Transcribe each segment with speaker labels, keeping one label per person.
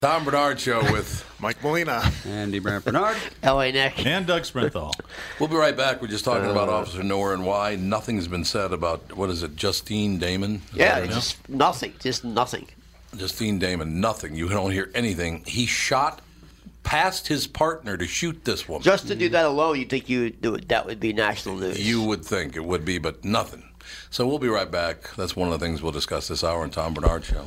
Speaker 1: Tom Bernard Show with
Speaker 2: Mike Molina.
Speaker 3: Andy Brant Bernard.
Speaker 4: L.A. Nick.
Speaker 5: And Doug Sprinthal.
Speaker 1: We'll be right back. We're just talking
Speaker 4: Uh,
Speaker 1: about Officer Nowhere and why nothing's been said about what is it, Justine Damon? Is
Speaker 4: Yeah,
Speaker 1: that her
Speaker 4: it's
Speaker 1: name?
Speaker 4: just nothing. Just nothing.
Speaker 1: Justine Damon. Nothing. You don't hear anything. He shot past his partner to shoot this woman.
Speaker 4: Just to do that alone, you think you would do it? That would be national news.
Speaker 1: you would think it would be, but nothing. So we'll be right back. That's one of the things we'll discuss this hour on Tom Bernard Show.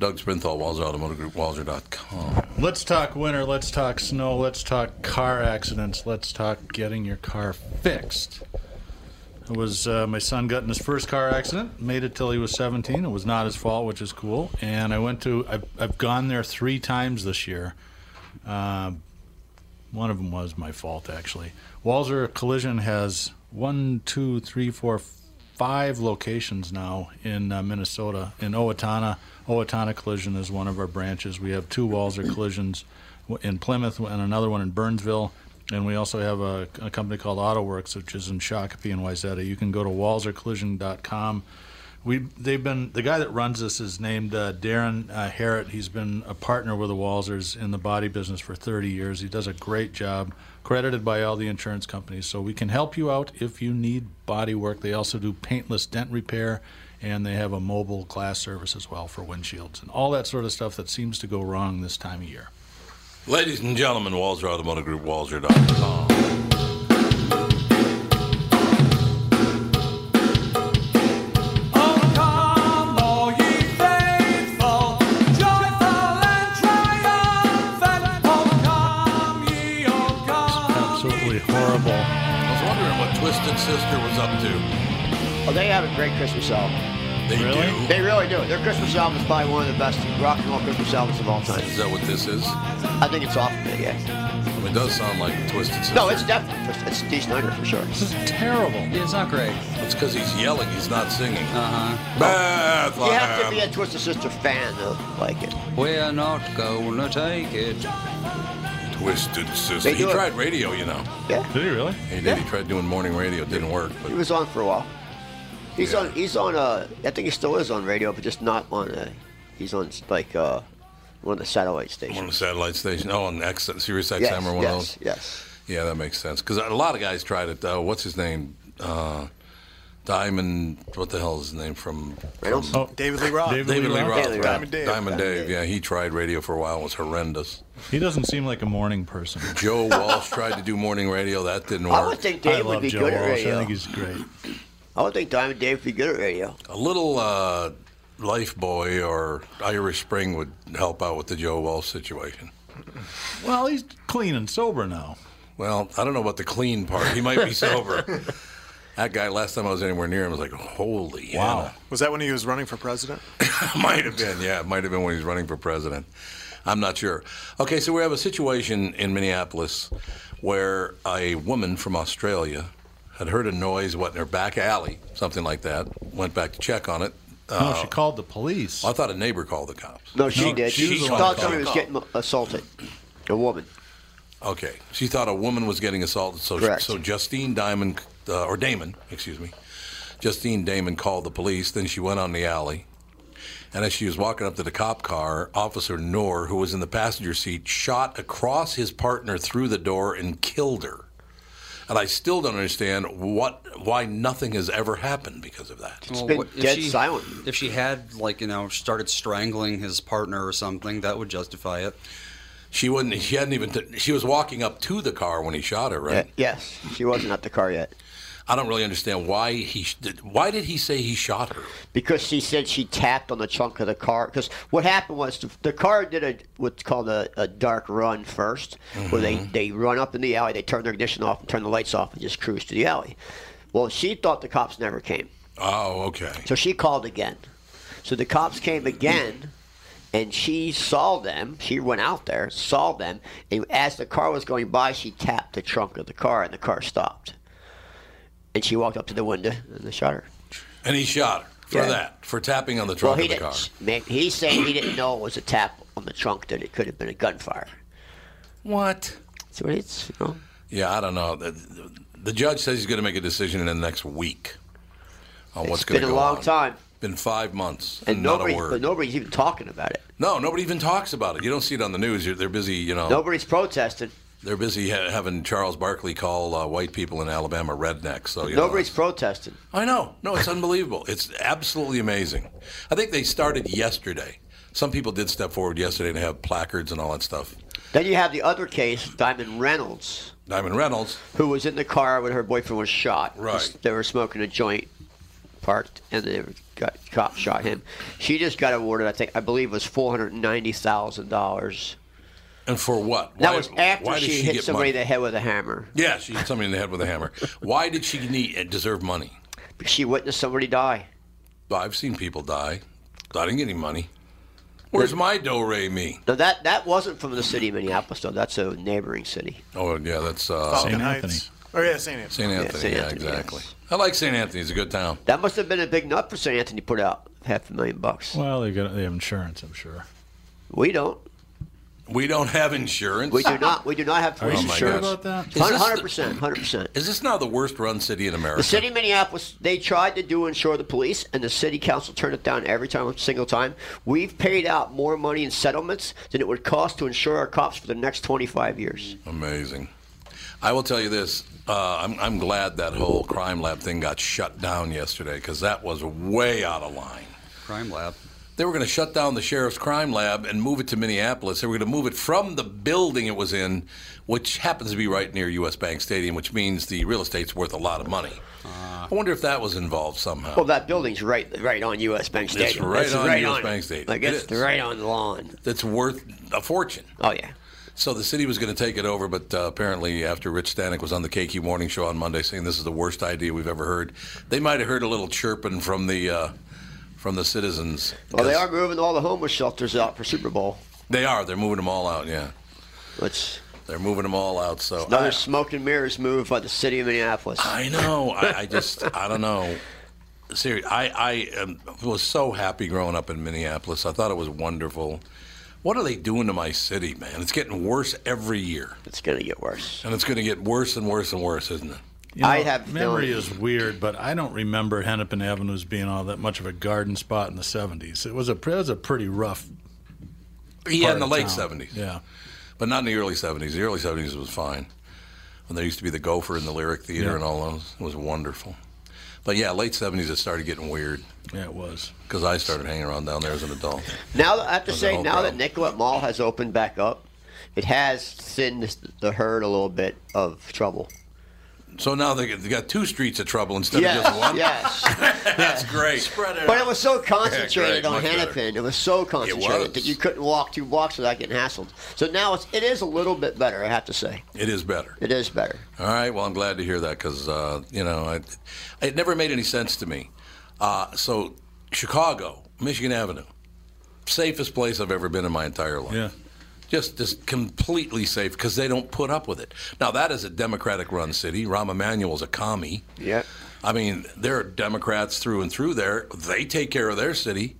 Speaker 1: Doug Sprinthal, Walzer Automotive Group, Walzer.com.
Speaker 5: Let's talk winter. Let's talk snow. Let's talk car accidents. Let's talk getting your car fixed. It was uh, my son got in his first car accident. Made it till he was 17. It was not his fault, which is cool. And I went to. I've, I've gone there three times this year. Um one of them was my fault actually. Walzer Collision has one, two, three, four, five locations now in uh, Minnesota. In Owatonna, Owatonna Collision is one of our branches. We have two Walzer Collisions w- in Plymouth and another one in Burnsville. And we also have a, a company called AutoWorks, which is in Shakopee and Wayzata. You can go to walzercollision.com. We they've been the guy that runs this is named uh, Darren uh, Harrett. He's been a partner with the Walzers in the body business for 30 years. He does a great job, credited by all the insurance companies. So we can help you out if you need body work. They also do paintless dent repair, and they have a mobile glass service as well for windshields and all that sort of stuff that seems to go wrong this time of year.
Speaker 1: Ladies and gentlemen, Walzer Automotive Group, Walzer.com.
Speaker 5: Absolutely horrible.
Speaker 1: I was wondering what Twisted Sister was up to.
Speaker 4: Well, Oh, they have a great Christmas album.
Speaker 1: They
Speaker 5: Really?
Speaker 1: do.
Speaker 4: They really do. Their Christmas album is probably one of the best rock and roll Christmas albums of all time.
Speaker 1: Is that what this is? I
Speaker 4: I think it's off of it, yeah.
Speaker 1: mean, it does sound like Twisted Sister.
Speaker 4: No, it's definitely it's a decent record for sure.
Speaker 5: This is terrible.
Speaker 3: It's not great.
Speaker 1: It's because he's yelling, he's not singing.
Speaker 3: Uh-huh.
Speaker 1: Bethlehem.
Speaker 4: You have to be
Speaker 1: Um,
Speaker 4: a Twisted Sister fan to like it.
Speaker 3: We're not gonna take it.
Speaker 1: Twisted Sister.
Speaker 4: They
Speaker 1: He
Speaker 4: do it.
Speaker 1: tried radio, you know.
Speaker 4: Yeah,
Speaker 5: Did he really?
Speaker 1: He did. He tried doing morning radio. It didn't work.
Speaker 4: he
Speaker 1: But
Speaker 4: was on for a while. He's
Speaker 1: Yeah.
Speaker 4: on. He's on. Uh, I think he still is on radio, but just not on. Uh, he's on like uh, one of the satellite
Speaker 1: one of
Speaker 4: stations.
Speaker 1: the satellite stations. Oh, on X, Sirius XM
Speaker 4: Yes,
Speaker 1: or one of those.
Speaker 4: yes, yes.
Speaker 1: Yeah, that makes sense. Because a lot of guys tried it. Uh, what's his name? Uh, Diamond. What the hell is his name from?
Speaker 4: Reynolds?
Speaker 5: Oh,
Speaker 2: David Lee Roth.
Speaker 5: David
Speaker 1: David Lee Roth.
Speaker 4: David Lee Roth.
Speaker 1: Diamond
Speaker 4: Diamond
Speaker 1: Dave.
Speaker 2: Dave.
Speaker 1: Diamond Dave. Yeah, he tried radio for a while. It was horrendous.
Speaker 5: He doesn't seem like a morning person.
Speaker 1: Joe Walsh tried to do morning radio. That didn't
Speaker 4: I would
Speaker 1: work.
Speaker 4: think
Speaker 5: I
Speaker 4: Dave would
Speaker 5: love
Speaker 4: be
Speaker 5: Joe
Speaker 4: good at
Speaker 5: Walsh. I
Speaker 4: radio.
Speaker 5: think he's Oh, great.
Speaker 4: I would think Diamond Dave would be good at radio.
Speaker 1: A little uh, Life Boy or Irish Spring would help out with the Joe Walsh situation.
Speaker 5: Well, he's clean and sober now.
Speaker 1: Well, I don't know about the clean part. He might be sober. that guy, last time I was anywhere near him, I was like, holy
Speaker 5: Wow.
Speaker 1: Hannah.
Speaker 6: Was that when he was running for president?
Speaker 1: might have been, yeah. It might have been when he was running for president. I'm not sure. Okay, so we have a situation in Minneapolis where a woman from Australia had heard a noise, what, in her back alley, something like that, went back to check on it.
Speaker 5: No, she called the police.
Speaker 1: I thought a neighbor called the cops.
Speaker 4: No, she
Speaker 5: No,
Speaker 4: did.
Speaker 5: she
Speaker 4: She,
Speaker 5: was the one
Speaker 4: thought
Speaker 5: that
Speaker 4: somebody was
Speaker 1: called.
Speaker 4: getting assaulted. A woman.
Speaker 1: Okay. She thought a woman was getting assaulted. So,
Speaker 4: Correct.
Speaker 1: so Justine Diamond, uh, or Damon, excuse me. Justine Damon called the police. Then she went on the alley. And as she was walking up to the cop car, Officer Knorr, who was in the passenger seat, shot across his partner through the door and killed her. And I still don't understand what, why nothing has ever happened because of that.
Speaker 4: been
Speaker 3: what- if
Speaker 4: dead silent.
Speaker 3: If she had, like, you know, started strangling his partner or something, that would justify it.
Speaker 1: She wasn't. She hadn't even. T- she was walking up to the car when he shot her,
Speaker 4: Uh,
Speaker 1: right?
Speaker 4: yes, she wasn't at the car yet
Speaker 1: I don't really understand why he. sh- did- Why did he say he shot her?
Speaker 4: because she said she tapped on the trunk of the car. Because what happened was the, the car did a what's called a, a dark run 1st where they
Speaker 5: Mm-hmm.
Speaker 4: they run up in the alley, they turn their ignition off, and turn the lights off, and just cruise to the alley. Well, she thought the cops never came.
Speaker 1: Oh, okay.
Speaker 4: So she called again. So the cops came again, and she saw them. She went out there, saw them, and as the car was going by, she tapped the trunk of the car, and the car stopped. And she walked up to the window and they shot her.
Speaker 1: And he shot her for
Speaker 4: Yeah.
Speaker 1: that for tapping on the
Speaker 4: Well,
Speaker 1: trunk
Speaker 4: he
Speaker 1: of the car.
Speaker 4: didn't. Man, he's saying he didn't know it was a tap on the trunk; that it could have been a gunfire.
Speaker 1: What?
Speaker 4: So it's you know,
Speaker 1: Yeah, I don't know. The, the- the judge says he's going to make a decision in the next week on what's
Speaker 4: it's
Speaker 1: going
Speaker 4: been
Speaker 1: to
Speaker 4: a
Speaker 1: go
Speaker 4: long
Speaker 1: on.
Speaker 4: time,
Speaker 1: Been five months
Speaker 4: and nobody,
Speaker 1: not a
Speaker 4: but
Speaker 1: word.
Speaker 4: nobody's even talking about it.
Speaker 1: no, nobody even talks about it. You don't see it on the news. You're, they're busy, you know.
Speaker 4: Nobody's protesting.
Speaker 1: They're busy ha- having Charles Barkley call uh, white people in Alabama rednecks. So you know,
Speaker 4: Nobody's protesting.
Speaker 1: I know. No, it's unbelievable. It's absolutely amazing. I think they started yesterday. Some people did step forward yesterday to have placards and all that stuff.
Speaker 4: Then you have the other case, Diamond Reynolds.
Speaker 1: Diamond Reynolds.
Speaker 4: who was in the car when her boyfriend was shot.
Speaker 1: Right.
Speaker 4: They were smoking a joint, parked, and they were, got cop shot him. She just got awarded, I think, I believe, it was four hundred ninety thousand dollars.
Speaker 1: And for what?
Speaker 4: That
Speaker 1: Why-
Speaker 4: was after
Speaker 1: why did
Speaker 4: she, hit
Speaker 1: get
Speaker 4: somebody in
Speaker 1: money?
Speaker 4: the head with a hammer.
Speaker 1: Yeah, she hit somebody in the head with a hammer. Why did she need deserve money?
Speaker 4: She witnessed somebody die.
Speaker 1: I've seen people die. I didn't get any money. Where's my do re me?
Speaker 4: Now that that wasn't from the city of Minneapolis, though. That's a neighboring city.
Speaker 1: Oh yeah, that's uh,
Speaker 5: St.
Speaker 1: St.
Speaker 5: Anthony.
Speaker 6: Oh yeah, St. Anthony.
Speaker 1: Anthony.
Speaker 4: St.
Speaker 1: Yeah,
Speaker 4: Anthony,
Speaker 1: exactly.
Speaker 4: yes.
Speaker 1: I like St. Anthony. It's a good town.
Speaker 4: That must have been a big nut for St. Anthony to put out half a million bucks.
Speaker 5: Well, they got they have insurance, I'm sure.
Speaker 4: We don't.
Speaker 1: We don't have insurance.
Speaker 4: We do not. We do not have
Speaker 5: Are
Speaker 4: police
Speaker 1: Oh,
Speaker 5: you
Speaker 1: my
Speaker 5: sure
Speaker 1: gosh.
Speaker 4: insurance.
Speaker 5: about that?
Speaker 1: Is this the-
Speaker 4: Hundred percent. Hundred percent.
Speaker 1: Is this now the worst run city in America?
Speaker 4: The city of Minneapolis, they tried to do insure the police, and the city council turned it down every time, single time. We've paid out more money in settlements than it would cost to insure our cops for the next 25 years.
Speaker 1: Amazing. I will tell you this. Uh, I'm, I'm glad that whole crime lab thing got shut down yesterday because that was way out of line.
Speaker 3: Crime lab.
Speaker 1: They were going to shut down the sheriff's crime lab and move it to Minneapolis. They were going to move it from the building it was in, which happens to be right near U.S. Bank Stadium, which means the real estate's worth a lot of money. I wonder if that was involved somehow.
Speaker 4: Ah. Well, that building's right, right on U.S. Bank Stadium.
Speaker 1: right on US Bank Stadium.
Speaker 4: Like
Speaker 1: It
Speaker 4: it's
Speaker 1: is.
Speaker 4: right on the lawn.
Speaker 1: That's worth a fortune.
Speaker 4: Oh yeah.
Speaker 1: So the city was going to take it over, but uh, apparently, after Rich Stanek was on the KQ Morning Show on Monday saying this is the worst idea we've ever heard, they might have heard a little chirping from the uh, from the citizens.
Speaker 4: Well, they are
Speaker 1: 'Cause
Speaker 4: moving all the homeless shelters out for Super Bowl.
Speaker 1: They are. They're moving them all out. Yeah,
Speaker 4: It's
Speaker 1: they're moving them all out. So
Speaker 4: another
Speaker 1: I-
Speaker 4: smoke and mirrors move by the city of Minneapolis.
Speaker 1: I know. I, I just, I don't know. Seriously, I, I um, was so happy growing up in Minneapolis. I thought it was wonderful. What are they doing to my city, man? It's getting worse every year,
Speaker 4: It's gonna get worse.
Speaker 1: and it's going to get worse and worse and worse, isn't it?
Speaker 5: You know,
Speaker 4: I have no
Speaker 5: memory
Speaker 4: idea.
Speaker 5: is weird, but I don't remember Hennepin Avenue as being all that much of a garden spot in the '70s. It was a it was a pretty rough.
Speaker 1: Yeah,
Speaker 5: part
Speaker 1: in the
Speaker 5: of
Speaker 1: late
Speaker 5: town.
Speaker 1: seventies.
Speaker 5: Yeah,
Speaker 1: but not in the early seventies. The early seventies was fine. When there used to be the Gopher and the Lyric Theater
Speaker 5: Yeah.
Speaker 1: and all those, it was wonderful. But yeah, late seventies it started getting weird
Speaker 5: yeah, it was.
Speaker 1: because I started hanging around down there as an adult.
Speaker 4: Now that- I have to
Speaker 1: Of the
Speaker 4: say,
Speaker 1: whole
Speaker 4: now
Speaker 1: crowd.
Speaker 4: that Nicollet Mall has opened back up, it has thinned the herd a little bit of trouble.
Speaker 1: So now they got- they got two streets of trouble instead of just
Speaker 4: Yes,
Speaker 1: one.
Speaker 4: yes.
Speaker 1: That's great. Spread it.
Speaker 4: But it was so concentrated
Speaker 1: great,
Speaker 4: on
Speaker 1: much better.
Speaker 4: Hennepin. It was so concentrated
Speaker 1: was.
Speaker 4: that you couldn't walk two blocks without getting hassled. So now it's, it is a little bit better, I have to say.
Speaker 1: It is better.
Speaker 4: It is better.
Speaker 1: All right. Well, I'm glad to hear that because uh, you know I, it never made any sense to me. Uh, so Chicago, Michigan Avenue, safest place I've ever been in my entire life.
Speaker 5: Yeah.
Speaker 1: Just, just completely safe because they don't put up with it. Now that is a Democratic-run city. Rahm Emanuel's a commie.
Speaker 4: Yeah.
Speaker 1: I mean, there are Democrats through and through there. They take care of their city.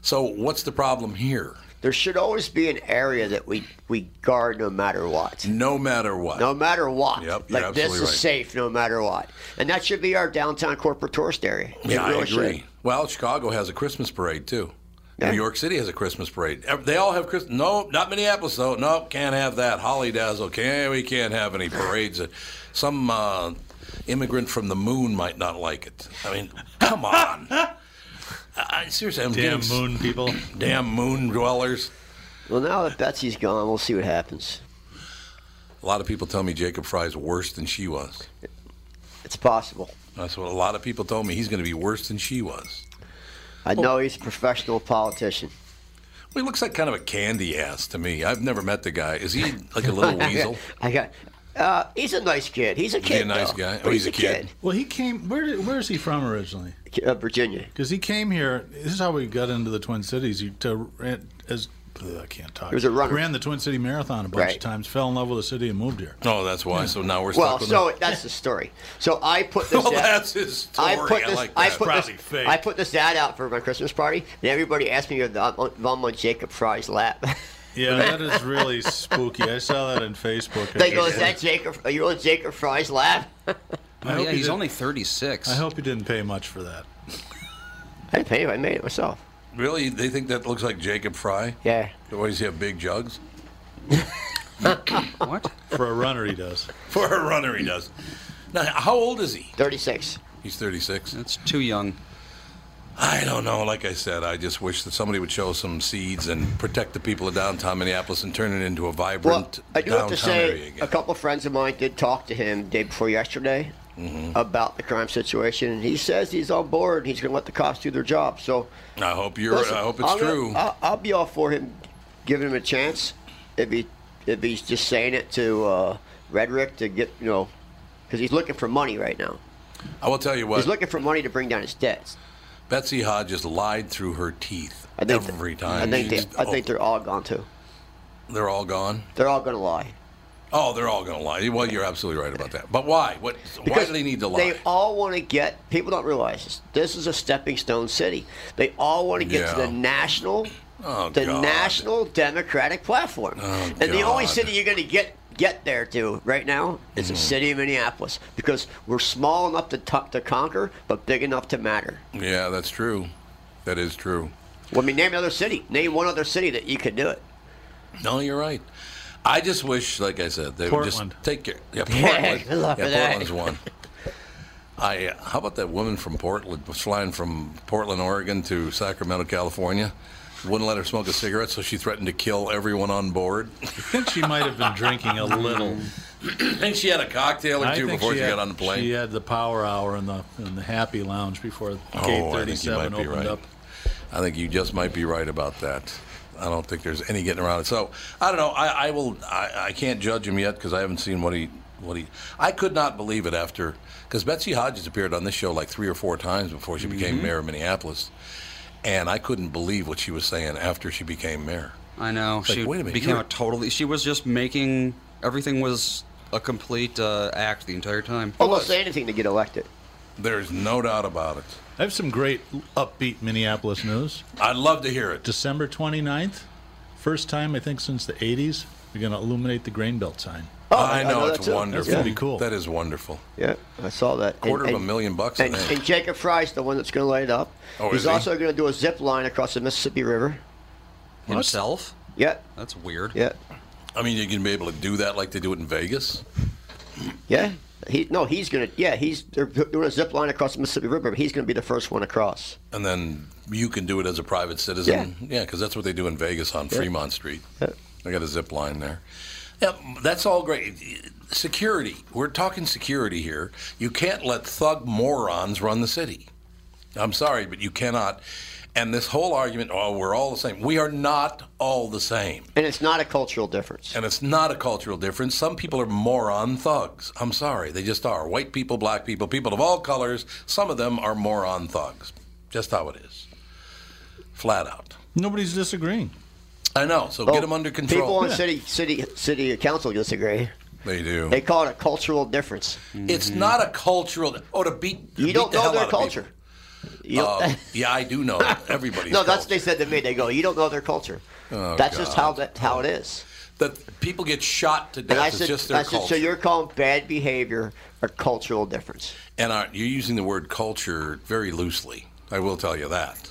Speaker 1: So what's the problem here?
Speaker 4: There should always be an area that we, we guard no matter what.
Speaker 1: No matter what.
Speaker 4: No matter what.
Speaker 1: Yep, you're
Speaker 4: like this
Speaker 1: absolutely
Speaker 4: is
Speaker 1: right.
Speaker 4: safe no matter what. And that should be our downtown corporate tourist area. It
Speaker 1: Yeah, I
Speaker 4: really should.
Speaker 1: agree. Well, Chicago has a Christmas parade too. New York City has a Christmas parade. Ev- They all have Christmas. No, not Minneapolis though. No, can't have that. Holly dazzle. Can't we can't have any parades. Some uh, immigrant from the moon might not like it. I mean, come on. I- I, seriously, I'm
Speaker 5: Damn
Speaker 1: getting s-
Speaker 5: moon people.
Speaker 1: Damn moon dwellers.
Speaker 4: Well, now that Betsy's gone, we'll see what happens.
Speaker 1: A lot of people tell me Jacob Fry's worse than she was.
Speaker 4: It's possible.
Speaker 1: That's what a lot of people told me. He's going to be worse than she was.
Speaker 4: I
Speaker 1: Oh.
Speaker 4: know he's a professional politician.
Speaker 1: Well, he looks like kind of a candy ass to me. I've never met the guy. Is he like a little weasel?
Speaker 4: I got. Uh, he's a nice kid. He's a kid.
Speaker 1: a nice
Speaker 4: though.
Speaker 1: guy?
Speaker 4: But
Speaker 1: Oh, he's a kid.
Speaker 5: Well, he came. Where did, where is he from originally?
Speaker 4: kid. Uh, Virginia.
Speaker 5: Because he came here. This is how we got into the Twin Cities. He to, ran- as ugh, I can't talk. He
Speaker 4: was a runner.
Speaker 5: Ran the Twin City Marathon a bunch
Speaker 4: Right.
Speaker 5: of times. Fell in love with the city and moved here.
Speaker 1: Oh, that's why. So now we're
Speaker 4: Well,
Speaker 1: stuck with
Speaker 4: so
Speaker 1: him.
Speaker 4: that's the story. So I put this.
Speaker 1: Well,
Speaker 4: ad-
Speaker 1: that's his story.
Speaker 4: I put
Speaker 1: I
Speaker 4: this.
Speaker 1: like
Speaker 4: I
Speaker 1: that.
Speaker 4: put
Speaker 5: Probably
Speaker 4: this.
Speaker 5: fake.
Speaker 4: I put this ad out for my Christmas party, and everybody asked me if I'm on- if I'm on Jacob Fry's lap.
Speaker 5: Yeah, that is really spooky. I saw that on Facebook.
Speaker 4: they go, "Is that Jacob? Are you on Jacob Fry's lap?" I
Speaker 5: I hope
Speaker 3: Oh, yeah,
Speaker 5: he
Speaker 3: he's
Speaker 5: did-
Speaker 3: only 36.
Speaker 5: I hope he didn't pay much for that.
Speaker 4: didn't pay him. I made it myself.
Speaker 1: really, they think that looks like Jacob Fry.
Speaker 4: Yeah.
Speaker 1: They always have big jugs.
Speaker 3: What?
Speaker 5: For a runner, he does.
Speaker 1: For a runner, he does. Now, how old is he?
Speaker 4: 36.
Speaker 1: He's 36.
Speaker 3: That's too young.
Speaker 1: I don't know. Like I said, I just wish that somebody would show some seeds and protect the people of downtown Minneapolis and turn it into a
Speaker 4: Well,
Speaker 1: vibrant
Speaker 4: I do have
Speaker 1: downtown
Speaker 4: to
Speaker 1: area
Speaker 4: say,
Speaker 1: again.
Speaker 4: a couple of friends of mine did talk to him day before yesterday
Speaker 1: Mm-hmm.
Speaker 4: about the crime situation, and he says he's on board. He's going to let the cops do their job. So,
Speaker 1: I hope you're.
Speaker 4: listen,
Speaker 1: I hope it's
Speaker 4: I'll-
Speaker 1: true.
Speaker 4: I'll, I'll be all for him, giving him a chance if he if he's just saying it to uh, Redrick to get you know, because he's looking for money right now.
Speaker 1: I will tell you what.
Speaker 4: He's looking for money to bring down his debts.
Speaker 1: Betsy Hodges lied through her teeth
Speaker 4: I think
Speaker 1: every time.
Speaker 4: I think
Speaker 1: She's-
Speaker 4: they, I think
Speaker 1: oh,
Speaker 4: they're all gone too.
Speaker 1: they're all gone.
Speaker 4: They're all going to lie.
Speaker 1: Oh, they're all going to lie. Well, you're absolutely right about that. But why? What? why
Speaker 4: Because
Speaker 1: do they need to lie?
Speaker 4: They all want to get. People don't realize this. This is a stepping stone city. They all want to get to
Speaker 1: Yeah.
Speaker 4: the national,
Speaker 1: Oh,
Speaker 4: the
Speaker 1: God.
Speaker 4: national democratic platform.
Speaker 1: Oh,
Speaker 4: and the
Speaker 1: God.
Speaker 4: only
Speaker 1: Mm-hmm.
Speaker 4: city you're going to get get there to right now is the city of Minneapolis because we're small enough to tuck to conquer, but big enough to matter.
Speaker 1: yeah, that's true. That is true.
Speaker 4: Well, I mean, name another city. Name one other city that you could do it.
Speaker 1: No, you're right. I just wish, like I said, they would
Speaker 5: Portland.
Speaker 1: just take care. Yeah, Portland.
Speaker 4: good luck
Speaker 1: yeah,
Speaker 4: with that.
Speaker 1: Portland's one. I uh, how about that woman from Portland was flying from Portland, Oregon to Sacramento, California. Wouldn't let her smoke a cigarette, so she threatened to kill everyone on board.
Speaker 5: I think she might have been drinking a little.
Speaker 1: Mm. I think she had a cocktail or
Speaker 5: I
Speaker 1: two
Speaker 5: think
Speaker 1: before she,
Speaker 5: had-
Speaker 1: got on the plane.
Speaker 5: She had the power hour in the in the happy lounge before
Speaker 1: Oh, I
Speaker 5: gate
Speaker 1: think you
Speaker 5: 37
Speaker 1: might be
Speaker 5: opened
Speaker 1: right.
Speaker 5: up.
Speaker 1: I think you just might be right about that. I don't think there's any getting around it. So I don't know. I, I will. I, I can't judge him yet because I haven't seen what he what he. I could not believe it after because Betsy Hodges appeared on this show like three or four times before she became
Speaker 5: Mm-hmm.
Speaker 1: mayor of Minneapolis, and I couldn't believe what she was saying after she became mayor.
Speaker 3: I know.
Speaker 1: like,
Speaker 3: she
Speaker 1: wait a minute,
Speaker 3: became
Speaker 1: you're-
Speaker 3: a totally. She was just making. Everything was a complete uh, act the entire time.
Speaker 4: Well, they'll say anything to get elected.
Speaker 1: There's no doubt about it.
Speaker 5: I have some great upbeat Minneapolis news.
Speaker 1: I'd love to hear it.
Speaker 5: December 29th, first time I think since the 80s, we're going to illuminate the grain belt sign.
Speaker 4: Oh,
Speaker 1: I know
Speaker 4: that
Speaker 1: it's
Speaker 4: too.
Speaker 1: wonderful.
Speaker 5: That's pretty cool.
Speaker 1: That is wonderful.
Speaker 4: Yeah, I saw that.
Speaker 1: Quarter of a million bucks, I
Speaker 4: And,
Speaker 1: think.
Speaker 4: and Jacob Fry's the one that's going to light it up.
Speaker 1: Oh,
Speaker 4: He's
Speaker 1: is he?
Speaker 4: also going to do a zip line across the Mississippi River.
Speaker 3: Himself?
Speaker 4: Yep,
Speaker 3: That's weird.
Speaker 4: yep,
Speaker 1: I mean, you're gonna be able to do that like they do it in Vegas.
Speaker 4: yeah. He no, he's going to yeah, he's they're doing a zip line across the Mississippi River. But he's going to be the first one across.
Speaker 1: And then you can do it as a private citizen. Yeah, because that's what they do in Vegas on Fremont Street.
Speaker 4: Yeah.
Speaker 1: They got a zip line there. Yeah, that's all great. Security. We're talking security here. You can't let thug morons run the city. I'm sorry, but you cannot. And this whole argument, oh, we're all the same. We are not all the same.
Speaker 4: And it's not a cultural difference.
Speaker 1: And it's not a cultural difference. Some people are moron thugs. I'm sorry, they just are. White people, black people, people of all colors, some of them are moron thugs. Just how it is. Flat out.
Speaker 5: Nobody's disagreeing.
Speaker 1: I know, so get them under
Speaker 4: People
Speaker 1: control.
Speaker 4: on city city city council disagree.
Speaker 1: they do.
Speaker 4: They call it a cultural difference.
Speaker 1: it's not a cultural. Oh, to beat.
Speaker 4: You
Speaker 1: beat
Speaker 4: don't
Speaker 1: the
Speaker 4: know
Speaker 1: hell
Speaker 4: their
Speaker 1: out of people.
Speaker 4: culture. You don't-
Speaker 1: Uh, yeah, I do know everybody.
Speaker 4: no, that's what they said to me. They go, "You don't know their culture.
Speaker 1: Oh,
Speaker 4: that's just how that how it is."
Speaker 1: that people get shot to death.
Speaker 4: And I
Speaker 1: it's
Speaker 4: said,
Speaker 1: just their
Speaker 4: I said,
Speaker 1: culture.
Speaker 4: "So you're calling bad behavior a cultural difference?"
Speaker 1: And our, you're using the word culture very loosely. I will tell you that.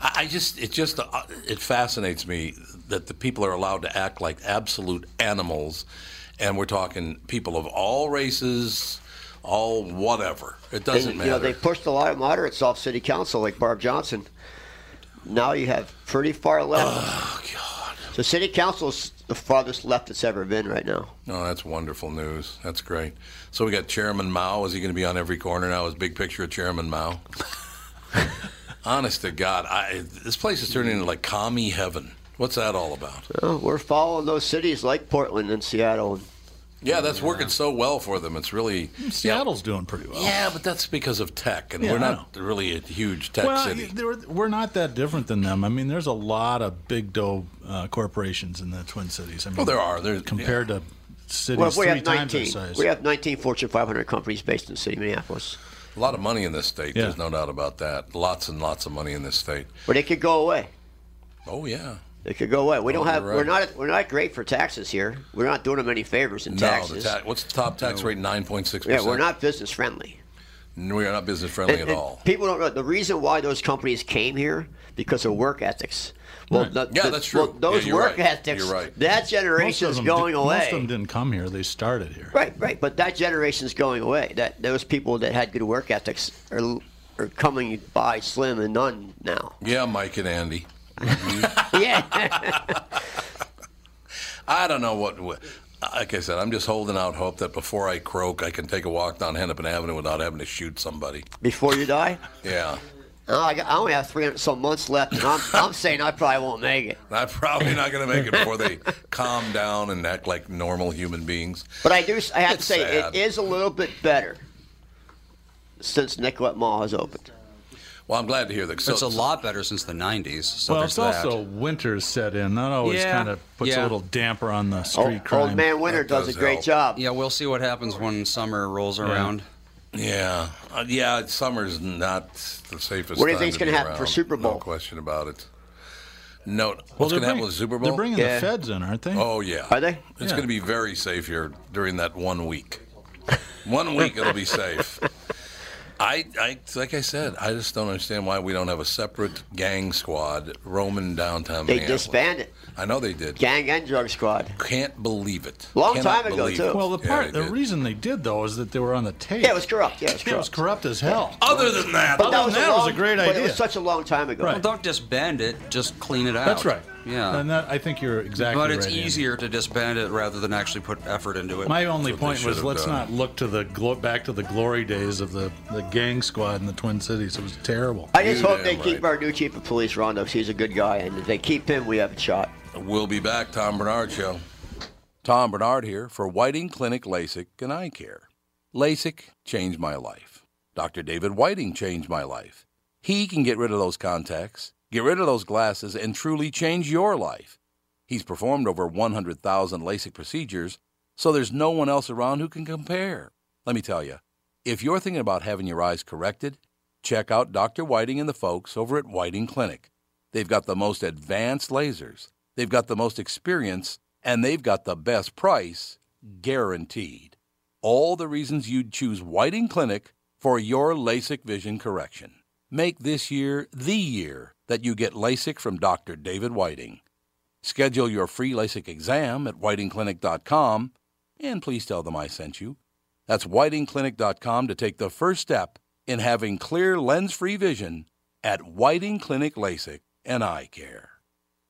Speaker 1: I, I just it just uh, it fascinates me that the people are allowed to act like absolute animals, and we're talking people of all races, all whatever. It doesn't
Speaker 4: And,
Speaker 1: matter.
Speaker 4: You know, they pushed a lot of moderates off city council, like Barb Johnson. Now you have pretty far left.
Speaker 1: oh, God.
Speaker 4: So city council's the farthest left it's ever been right now.
Speaker 1: No, that's wonderful news. That's great. So we got Chairman Mao. Is he going to be on every corner now? His big picture of Chairman Mao. Honest to God, I, this place is turning into like commie heaven. What's that all about?
Speaker 4: Well, we're following those cities like Portland and Seattle. And
Speaker 1: Yeah, that's working so well for them. It's really
Speaker 5: Seattle's doing pretty well.
Speaker 1: yeah, but that's because of tech, and
Speaker 5: Yeah,
Speaker 1: we're
Speaker 5: I
Speaker 1: not really a huge tech
Speaker 5: well,
Speaker 1: city.
Speaker 5: they were- we're not that different than them. I mean, there's a lot of big dough uh, corporations in the Twin Cities. I mean,
Speaker 1: Well, there are. There's-
Speaker 5: compared to cities
Speaker 4: well, we
Speaker 5: three
Speaker 4: have
Speaker 5: times their
Speaker 4: 19.
Speaker 5: size.
Speaker 4: We have 19 Fortune 500 companies based in the city of Minneapolis,
Speaker 1: A lot of money in this state.
Speaker 5: Yeah.
Speaker 1: There's no doubt about that. Lots and lots of money in this state.
Speaker 4: but it could go away.
Speaker 1: Oh yeah.
Speaker 4: It could go away. We don't
Speaker 1: Oh, you're
Speaker 4: have. We're
Speaker 1: right.
Speaker 4: not. We're not great for taxes here. We're not doing them any favors in
Speaker 1: No, the
Speaker 4: taxes.
Speaker 1: ta- what's the top tax rate? Nine point six
Speaker 4: yeah,
Speaker 1: percent.
Speaker 4: we're not business friendly.
Speaker 1: We are not business friendly
Speaker 4: And-
Speaker 1: at
Speaker 4: and
Speaker 1: all.
Speaker 4: People don't know the reason why those companies came here because of work ethics. Well,
Speaker 5: Right.
Speaker 4: the-
Speaker 1: Yeah,
Speaker 4: the-
Speaker 1: that's true.
Speaker 4: well, those
Speaker 1: Yeah, you're
Speaker 4: work
Speaker 1: right.
Speaker 4: ethics,
Speaker 1: You're right.
Speaker 4: that
Speaker 5: most of
Speaker 4: generation's
Speaker 5: them
Speaker 4: going
Speaker 5: di-
Speaker 4: away.
Speaker 5: Most of them didn't come here. They started here.
Speaker 4: Right, right. But that generation's going away. That those people that had good work ethics are are coming by slim and none now.
Speaker 1: Yeah, Mike and Andy.
Speaker 4: Yeah.
Speaker 1: I don't know what. what- Like I said, I'm just holding out hope that before I croak, I can take a walk down Hennepin Avenue without having to shoot somebody.
Speaker 4: Before you die.
Speaker 1: Yeah,
Speaker 4: Oh, I, got, I only have 300 some months left, and I'm, I'm saying I probably won't make it.
Speaker 1: I'm probably not going to make it before they calm down and act like normal human beings.
Speaker 4: But I do. s- I have
Speaker 1: It's
Speaker 4: to say,
Speaker 1: sad.
Speaker 4: it is a little bit better since Nicolette Mall has opened.
Speaker 1: Well, I'm glad to hear that. So,
Speaker 3: it's a lot better since the 90s. So
Speaker 5: well,
Speaker 3: there's
Speaker 5: it's
Speaker 3: that.
Speaker 5: also winter's set in. That always
Speaker 3: Yeah,
Speaker 5: kind of puts
Speaker 3: yeah.
Speaker 5: a little damper on the
Speaker 4: Oh,
Speaker 5: street crime.
Speaker 4: old man Winter
Speaker 1: That
Speaker 4: does,
Speaker 1: does
Speaker 4: a great
Speaker 1: help.
Speaker 4: job.
Speaker 3: Yeah, we'll see what happens when summer rolls around.
Speaker 1: Yeah, uh, yeah. Summer's not the safest.
Speaker 4: What do you
Speaker 1: time
Speaker 4: think's
Speaker 1: to
Speaker 4: gonna
Speaker 1: be
Speaker 4: happen for
Speaker 1: around.
Speaker 4: Super
Speaker 1: No
Speaker 4: Bowl?
Speaker 1: question about it. No,
Speaker 5: Well,
Speaker 1: what's
Speaker 5: they're
Speaker 1: going to happen
Speaker 5: bring-
Speaker 1: with Super
Speaker 5: They're
Speaker 1: Bowl?
Speaker 5: bringing
Speaker 4: Yeah.
Speaker 5: the feds in, aren't they?
Speaker 1: oh yeah.
Speaker 4: Are they?
Speaker 1: It's
Speaker 5: Yeah.
Speaker 1: going to be very safe here during that one week. one week it'll be safe. I, I, like I said, I just don't understand why we don't have a separate gang squad roaming downtown.
Speaker 4: They
Speaker 1: Minneapolis.
Speaker 4: disbanded
Speaker 1: I know they did.
Speaker 4: gang and drug squad.
Speaker 1: Can't believe it.
Speaker 4: Long
Speaker 1: Cannot
Speaker 4: time ago,
Speaker 1: believe
Speaker 4: too.
Speaker 1: it.
Speaker 5: Well, the
Speaker 1: Yeah,
Speaker 5: part,
Speaker 1: they
Speaker 5: the
Speaker 1: did.
Speaker 5: reason they did though is that they were on the tape.
Speaker 4: Yeah, it was corrupt. Yeah, it was
Speaker 5: Yeah, it
Speaker 4: corrupt.
Speaker 5: was corrupt as hell.
Speaker 1: Other than that,
Speaker 4: But
Speaker 5: Other
Speaker 4: that
Speaker 5: than
Speaker 4: was,
Speaker 5: that,
Speaker 4: a
Speaker 5: it was
Speaker 4: long,
Speaker 5: a great
Speaker 4: But it
Speaker 5: idea.
Speaker 4: was such a long time ago.
Speaker 5: Right.
Speaker 3: Well, don't disband it, just clean it out.
Speaker 5: That's right.
Speaker 3: Yeah.
Speaker 5: and that, I think you're exactly.
Speaker 3: but it's
Speaker 5: right, Andy.
Speaker 3: easier to disband it rather than actually put effort into it.
Speaker 5: My only
Speaker 1: That's what they
Speaker 5: point
Speaker 1: should
Speaker 5: was
Speaker 1: have
Speaker 5: let's
Speaker 1: done.
Speaker 5: not look to the glo- back to the glory days of the, the gang squad in the Twin Cities. It was terrible.
Speaker 4: I just
Speaker 1: You
Speaker 4: hope they
Speaker 1: damn
Speaker 4: keep
Speaker 1: right.
Speaker 4: our new chief of police, Rondo. 'cause He's a good guy, and if they keep him, we have a shot.
Speaker 1: We'll be back, Tom Bernard Show. Tom Bernard here for Whiting Clinic LASIK and Eye Care. LASIK changed my life. Dr. David Whiting changed my life. He can get rid of those contacts, get rid of those glasses, and truly change your life. He's performed over 100,000 LASIK procedures, so there's no one else around who can compare. Let me tell you, if you're thinking about having your eyes corrected, check out Dr. Whiting and the folks over at Whiting Clinic. They've got the most advanced lasers, they've got the most experience, and they've got the best price guaranteed. All the reasons you'd choose Whiting Clinic for your LASIK vision correction. Make this year the year that you get LASIK from Dr. David Whiting. Schedule your free LASIK exam at whitingclinic.com and please tell them I sent you. That's whitingclinic.com to take the first step in having clear lens free vision at Whiting Clinic LASIK and Eye Care.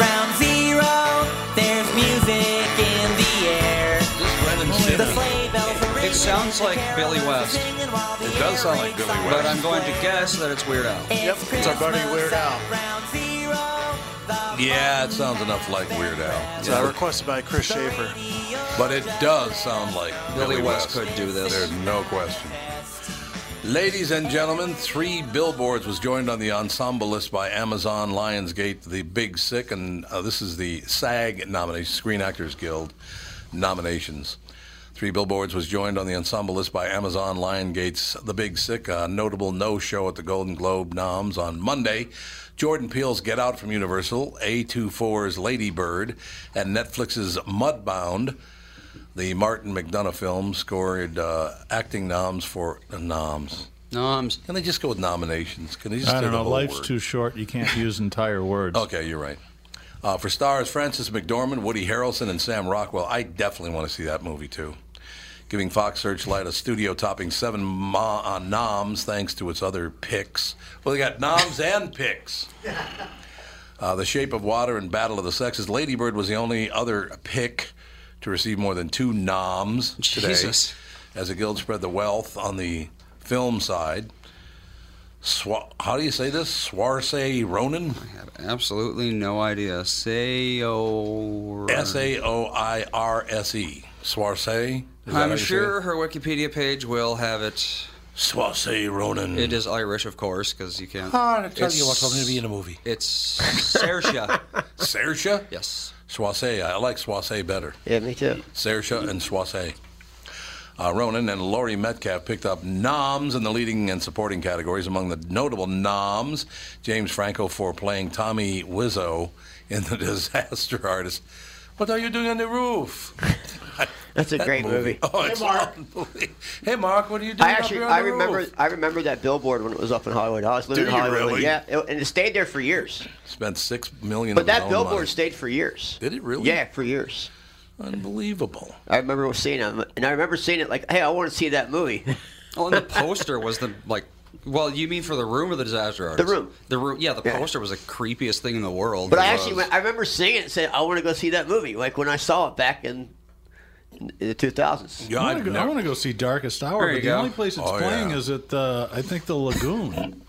Speaker 6: round zero. There's music in the air. The sleigh bells are ringing.
Speaker 3: It sounds like Billy West.
Speaker 6: It
Speaker 1: does sound like Billy West.
Speaker 3: But I'm going to guess that it's Weird Al.
Speaker 6: Yep, it's
Speaker 5: our buddy Weird Al.
Speaker 6: Round zero. The
Speaker 1: Yeah, it sounds enough like Weird Al.
Speaker 7: It's uh, requested by Chris Schaefer.
Speaker 1: But it does sound like
Speaker 3: Billy West could do this.
Speaker 1: There's no question. Ladies and gentlemen, Three Billboards was joined on the ensemble list by Amazon, Lionsgate, The Big Sick, and uh, this is the SAG nomination, Screen Actors Guild nominations. Three Billboards was joined on the ensemble list by Amazon, Liongate's The Big Sick, a notable no show at the Golden Globe noms on Monday. Jordan Peele's Get Out from Universal, A24's Lady Bird, and Netflix's Mudbound. The Martin McDonough film scored uh, acting noms for uh, noms.
Speaker 3: Noms.
Speaker 1: Can they just go with nominations? Can they just
Speaker 5: I
Speaker 1: do
Speaker 5: don't
Speaker 1: the
Speaker 5: know.
Speaker 1: whole
Speaker 5: Life's
Speaker 1: word?
Speaker 5: too short. You can't use entire words.
Speaker 1: Okay, you're right. Uh, for stars Francis McDormand, Woody Harrelson, and Sam Rockwell, I definitely want to see that movie too. Giving Fox Searchlight a studio topping seven ma- uh, noms thanks to its other picks. Well, they got noms and picks. Uh, the Shape of Water and Battle of the Sexes. Ladybird was the only other pick to receive more than two noms today.
Speaker 3: Jesus.
Speaker 1: As the Guild spread the wealth on the film side. Swa- how do you say this? Swarse Ronan?
Speaker 3: I have absolutely no idea. Say oh.
Speaker 1: S A O I R S E. Swarse.
Speaker 3: I'm sure her Wikipedia page will have it.
Speaker 1: Swarse Ronan.
Speaker 3: It is Irish, of course, because you can't.
Speaker 1: Hard to Oh, tell you what's
Speaker 3: It's-
Speaker 1: going to be in a movie.
Speaker 3: It's Sersha.
Speaker 1: Sersha?
Speaker 3: yes.
Speaker 1: Swasse. I like Swasse better.
Speaker 4: Yeah, me too.
Speaker 1: Sersha and Swasse. Uh, Ronan and Laurie Metcalf picked up noms in the leading and supporting categories. Among the notable noms, James Franco for playing Tommy Wiseau in The Disaster Artist. What are you doing on the roof?
Speaker 4: That's a great movie.
Speaker 1: Oh, it's
Speaker 7: Mark.
Speaker 1: unbelievable. Hey, Mark, what are you doing
Speaker 4: I
Speaker 1: up
Speaker 4: actually,
Speaker 1: here on
Speaker 4: I
Speaker 1: the
Speaker 4: remember,
Speaker 1: roof?
Speaker 4: I remember that billboard when it was up in Hollywood. I was living
Speaker 1: Do
Speaker 4: in
Speaker 1: you
Speaker 4: Hollywood.
Speaker 1: really?
Speaker 4: Yeah, it, and it stayed there for years.
Speaker 1: Spent six million.
Speaker 4: But
Speaker 1: of his
Speaker 4: that
Speaker 1: own
Speaker 4: billboard
Speaker 1: money.
Speaker 4: stayed for years.
Speaker 1: Did it really?
Speaker 4: Yeah, for years.
Speaker 1: Unbelievable.
Speaker 4: I remember seeing it, and I remember seeing it like, "Hey, I want to see that movie."
Speaker 3: Well, Oh, and the poster was the like. Well, you mean for the room or the disaster artist?
Speaker 4: room.
Speaker 3: The room. Yeah, the
Speaker 4: Yeah.
Speaker 3: poster was the creepiest thing in the world.
Speaker 4: But
Speaker 3: It
Speaker 4: I actually,
Speaker 3: was.
Speaker 4: went, I remember seeing it and said, "I want to go see that movie." Like when I saw it back in, in the 2000s.
Speaker 1: Yeah,
Speaker 5: I want
Speaker 1: I've
Speaker 5: to go, I
Speaker 1: never-
Speaker 5: wanna go see Darkest Hour,
Speaker 3: There
Speaker 5: but
Speaker 3: you
Speaker 5: the
Speaker 3: go.
Speaker 5: only place it's
Speaker 1: Oh,
Speaker 5: playing
Speaker 1: yeah.
Speaker 5: is at, uh, I think, the Lagoon.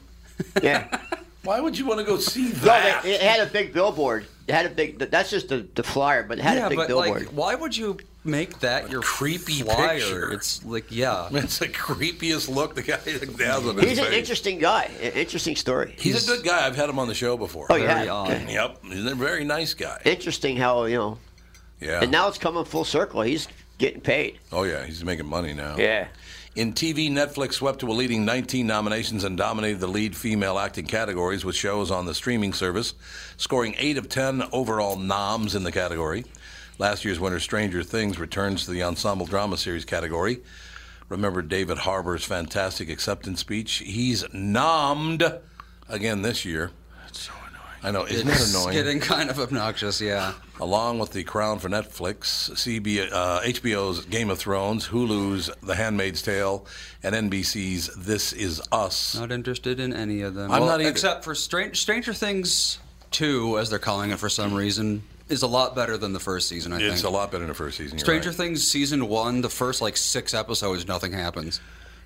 Speaker 4: Yeah.
Speaker 1: Why would you want to go see
Speaker 4: No,
Speaker 1: that?
Speaker 4: they, it had a big billboard. It had a big. That's just the, the flyer, but it had
Speaker 3: yeah,
Speaker 4: a big
Speaker 3: but
Speaker 4: billboard.
Speaker 3: like, why would you make that your
Speaker 1: creepy
Speaker 3: flyer?
Speaker 1: picture.
Speaker 3: It's like, yeah.
Speaker 1: it's the creepiest look. The guy has on his
Speaker 4: He's an
Speaker 1: face.
Speaker 4: interesting guy. An interesting story.
Speaker 1: He's a good guy. I've had him on the show before.
Speaker 4: Oh
Speaker 3: Very
Speaker 4: yeah.
Speaker 3: odd.
Speaker 1: Yep, he's a very nice guy.
Speaker 4: Interesting how you know.
Speaker 1: Yeah.
Speaker 4: And now it's coming full circle. He's getting paid.
Speaker 1: oh yeah, he's making money now. In TV, Netflix swept to a leading 19 nominations and dominated the lead female acting categories with shows on the streaming service, scoring 8 of 10 overall noms in the category. Last year's winner, Stranger Things, returns to the ensemble drama series category. Remember David Harbour's fantastic acceptance speech? He's nommed again this year. That's so annoying. I know, isn't
Speaker 3: It's
Speaker 1: it annoying?
Speaker 3: getting kind of obnoxious, yeah.
Speaker 1: along with the crown for Netflix, CB, uh, HBO's Game of Thrones, Hulu's The Handmaid's Tale, and NBC's This Is Us.
Speaker 3: Not interested in any of them.
Speaker 1: I'm not either.
Speaker 3: Except for Stran- Stranger Things 2, as they're calling it for some reason, is a lot better than the first season, I think.
Speaker 1: It's a lot better in the first season. you're
Speaker 3: Stranger
Speaker 1: right.
Speaker 3: Things season 1, the first like 6 episodes nothing happens.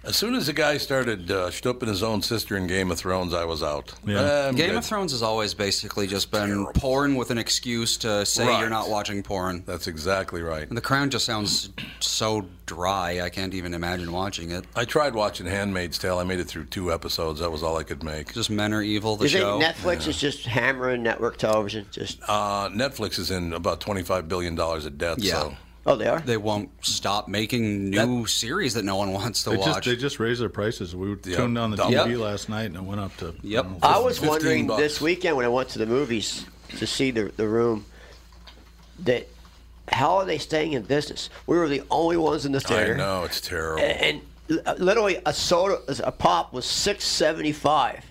Speaker 1: As soon as the guy started uh, stooping his own sister in Game of Thrones, I was out.
Speaker 5: Yeah.
Speaker 4: Um,
Speaker 1: I'm
Speaker 3: Game
Speaker 1: good.
Speaker 3: of Thrones has always basically just been porn with an excuse to say
Speaker 1: Right.
Speaker 3: you're not watching porn.
Speaker 1: That's exactly right.
Speaker 3: The Crown just sounds so dry. I can't even imagine watching it.
Speaker 1: I tried watching Handmaid's Tale. I made it through two episodes. That was all I could make.
Speaker 3: Just men are evil. The
Speaker 4: Is it
Speaker 3: show.
Speaker 4: Netflix is just hammering network television? Just
Speaker 1: Uh, Netflix is in about $25 billion of debt.
Speaker 3: Yeah.
Speaker 1: So.
Speaker 4: oh, they are.
Speaker 3: They won't stop making new series that no one wants to
Speaker 5: They
Speaker 3: watch.
Speaker 5: just, they just raised their prices. We tuned on the
Speaker 1: double.
Speaker 5: TV
Speaker 3: Yep.
Speaker 5: last night and it went up to. I
Speaker 3: Yep.
Speaker 5: don't know,
Speaker 4: I was
Speaker 1: 15
Speaker 4: wondering
Speaker 1: bucks.
Speaker 4: this weekend when I went to the movies to see the the room that How are they staying in business? We were the only ones in the
Speaker 1: I
Speaker 4: theater.
Speaker 1: know it's terrible.
Speaker 4: and and literally a soda a pop was 675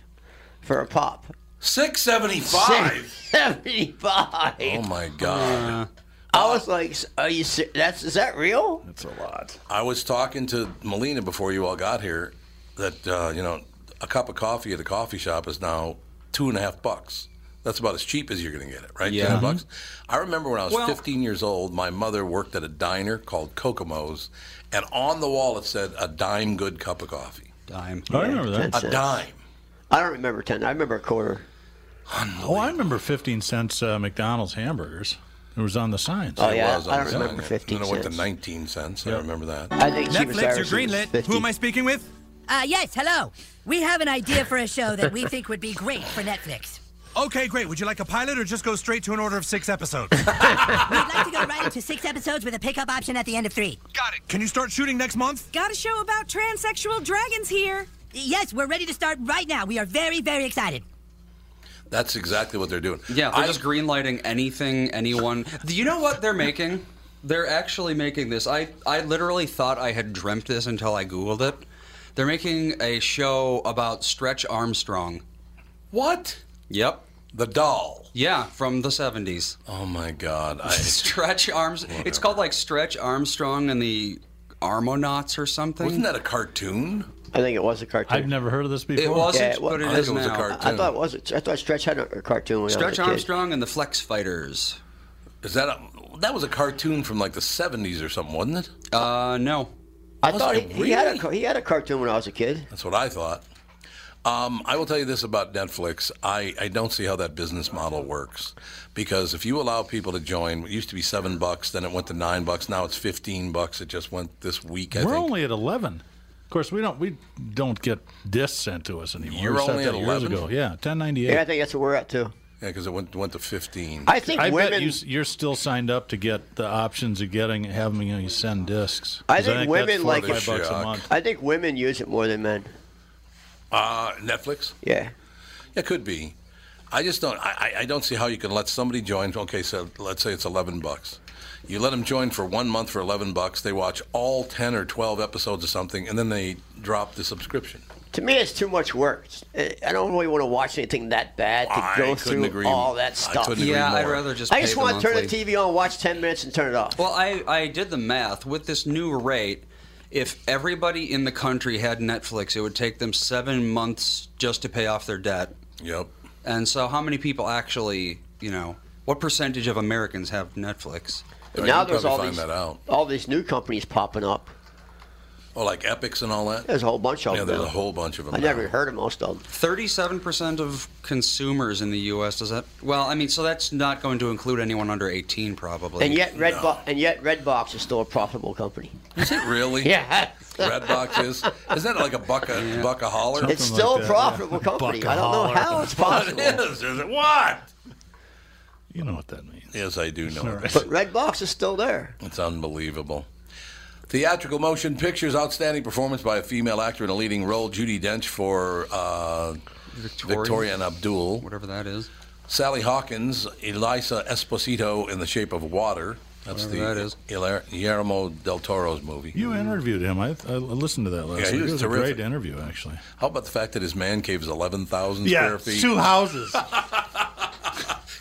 Speaker 4: for a pop
Speaker 1: Six seventy five.
Speaker 4: 675
Speaker 1: Oh my
Speaker 3: Uh,
Speaker 1: God!
Speaker 4: i was like are you ser- that's is that real
Speaker 5: That's a lot.
Speaker 1: I was talking to Melina before you all got here. That uh, you know, a cup of coffee at a coffee shop is now two and a half bucks. That's about as cheap as you're going to get it, right? Two and a half
Speaker 3: Yeah.
Speaker 1: bucks. I remember when I was
Speaker 3: Well-
Speaker 1: 15 years old, my mother worked at a diner called Kokomo's, and on the wall it said a dime good cup of coffee.
Speaker 3: Dime.
Speaker 5: I remember that.
Speaker 1: A
Speaker 4: That's-
Speaker 1: dime.
Speaker 4: i don't remember 10 i remember a quarter
Speaker 5: Oh, I remember 15 cents uh, McDonald's hamburgers. It was on the signs.
Speaker 4: Oh, yeah.
Speaker 1: was on
Speaker 4: I don't
Speaker 1: the sign.
Speaker 4: remember 15
Speaker 1: Then it went to
Speaker 4: cents.
Speaker 1: 19 cents. I
Speaker 5: Yeah.
Speaker 1: remember that.
Speaker 4: i think Cheaper
Speaker 8: Netflix or
Speaker 4: Cyrus was
Speaker 8: greenlit?
Speaker 4: 50.
Speaker 8: Who am I speaking with?
Speaker 9: Uh, yes, hello. We have an idea for a show that we think would be great for Netflix.
Speaker 8: Okay, great. Would you like a pilot or just go straight to an order of six episodes?
Speaker 9: We'd like to go right into six episodes with a pickup option at the end of three.
Speaker 8: Got it. Can you start shooting next month?
Speaker 10: Got a show about transsexual dragons here.
Speaker 9: Yes, we're ready to start right now. We are very, very excited.
Speaker 1: That's exactly what they're doing.
Speaker 3: Yeah, they're
Speaker 1: I-
Speaker 3: just greenlighting anything, anyone. Do You know what they're making? They're actually making this. I, I literally thought I had dreamt this until I Googled it. They're making a show about Stretch Armstrong.
Speaker 1: what?
Speaker 3: Yep.
Speaker 1: The doll.
Speaker 3: Yeah, from the 70s.
Speaker 1: Oh my God! I,
Speaker 3: Stretch Arms. It's called like Stretch Armstrong and the Armonauts or something.
Speaker 1: wasn't that a cartoon?
Speaker 4: i think it was a cartoon
Speaker 5: I've never heard of this before.
Speaker 3: it wasn't,
Speaker 4: Yeah, it wa-
Speaker 3: but
Speaker 4: I
Speaker 3: it
Speaker 1: Oh. think
Speaker 3: is
Speaker 1: it was a
Speaker 3: now.
Speaker 1: cartoon.
Speaker 4: I thought it was. I thought Stretch had a a cartoon. When
Speaker 3: Stretch
Speaker 4: I was a kid.
Speaker 3: Armstrong and the Flex Fighters.
Speaker 1: Is that a, that was a cartoon from like the seventies or something, wasn't it?
Speaker 3: Uh, no.
Speaker 4: I thought he,
Speaker 1: it
Speaker 4: he had a
Speaker 1: really?
Speaker 4: ca- he had a cartoon when I was a kid.
Speaker 1: That's what I thought. Um, I will tell you this about Netflix. I, I don't see how that business model works because if you allow people to join, it used to be seven bucks, then it went to nine bucks, now it's fifteen bucks. It just went this week. I
Speaker 5: We're
Speaker 1: think.
Speaker 5: only at 11. Of course, we don't we don't get discs sent to us anymore.
Speaker 1: You're
Speaker 5: we set
Speaker 1: only
Speaker 5: that
Speaker 1: at
Speaker 5: years
Speaker 1: 11?
Speaker 5: ago. Yeah, 1098.
Speaker 4: Yeah, I think that's where we're at too.
Speaker 1: yeah, because it went went to fifteen.
Speaker 4: I think
Speaker 5: I bet
Speaker 4: women.
Speaker 5: you, s- you're still signed up to get the options of getting having you, know, you send discs.
Speaker 4: I
Speaker 5: 'Cause
Speaker 4: think
Speaker 5: that's
Speaker 4: women
Speaker 5: four or
Speaker 4: like it.
Speaker 5: five bucks a
Speaker 1: Shock.
Speaker 5: month.
Speaker 4: I think women use it more than men.
Speaker 1: uh, Netflix.
Speaker 4: Yeah.
Speaker 1: It could be. I just don't. I, I- I don't see how you can let somebody join. Okay, so let's say it's eleven bucks. You let them join for one month for eleven bucks. They watch all ten or twelve episodes of something, and then they drop the subscription.
Speaker 4: To me, it's too much work. I I don't really want to watch anything that bad to
Speaker 1: I
Speaker 4: go
Speaker 1: couldn't
Speaker 4: through
Speaker 1: agree-
Speaker 4: all that
Speaker 1: I
Speaker 4: stuff.
Speaker 1: couldn't agree
Speaker 3: Yeah, I'd
Speaker 1: more.
Speaker 3: rather just.
Speaker 4: I just
Speaker 3: pay
Speaker 4: want to turn the
Speaker 3: monthly.
Speaker 4: TV on, watch 10 minutes, and turn it off.
Speaker 3: Well, I, I did the math. With this new rate, if everybody in the country had Netflix, it would take them seven months just to pay off their debt.
Speaker 1: Yep.
Speaker 3: And so, how many people actually, you know, what percentage of Americans have Netflix?
Speaker 1: Yeah,
Speaker 4: now
Speaker 1: you
Speaker 4: there's
Speaker 1: probably
Speaker 4: all
Speaker 1: find
Speaker 4: these,
Speaker 1: that out.
Speaker 4: all these new companies popping up.
Speaker 1: Oh, like Epics and all that.
Speaker 4: There's a whole bunch of
Speaker 1: yeah,
Speaker 4: them.
Speaker 1: there's a
Speaker 4: now.
Speaker 1: whole bunch of them.
Speaker 4: I never
Speaker 1: now.
Speaker 4: heard of most of them.
Speaker 3: 37% of consumers in the U.S. does that? Well, I mean, so that's not going to include anyone under 18, probably.
Speaker 4: And yet, Redbo- and yet, Redbox is still a profitable company.
Speaker 1: Is it really?
Speaker 4: Yeah,
Speaker 1: Redbox is. Isn't that like a buck a buck a holler?
Speaker 4: it's
Speaker 5: Something
Speaker 4: still
Speaker 5: like
Speaker 4: a
Speaker 5: that,
Speaker 4: profitable
Speaker 5: yeah.
Speaker 4: company.
Speaker 5: Buck a
Speaker 4: I don't know
Speaker 5: holler.
Speaker 4: how it's
Speaker 1: what
Speaker 4: possible.
Speaker 1: is? Is it what?
Speaker 5: You know what that means.
Speaker 1: Yes, I do know.
Speaker 5: All
Speaker 1: it.
Speaker 5: right.
Speaker 4: But Redbox is still there.
Speaker 1: It's unbelievable. Theatrical motion pictures, outstanding performance by a female actor in a leading role, Judy Dench for uh,
Speaker 3: Victoria.
Speaker 1: Victoria and Abdul.
Speaker 3: Whatever that is.
Speaker 1: Sally Hawkins, Elisa Esposito in The Shape of Water. That's
Speaker 3: Whatever
Speaker 1: the
Speaker 3: that is.
Speaker 1: Ilar- Guillermo del Toro's movie.
Speaker 5: You interviewed him. I, I listened to that
Speaker 1: Yeah,
Speaker 5: last
Speaker 1: he
Speaker 5: week.
Speaker 1: was
Speaker 5: it was a
Speaker 1: terrific.
Speaker 5: great interview, actually.
Speaker 1: How about the fact that his man cave is 11,000
Speaker 7: Yeah,
Speaker 1: square
Speaker 7: it's
Speaker 1: feet?
Speaker 7: two houses.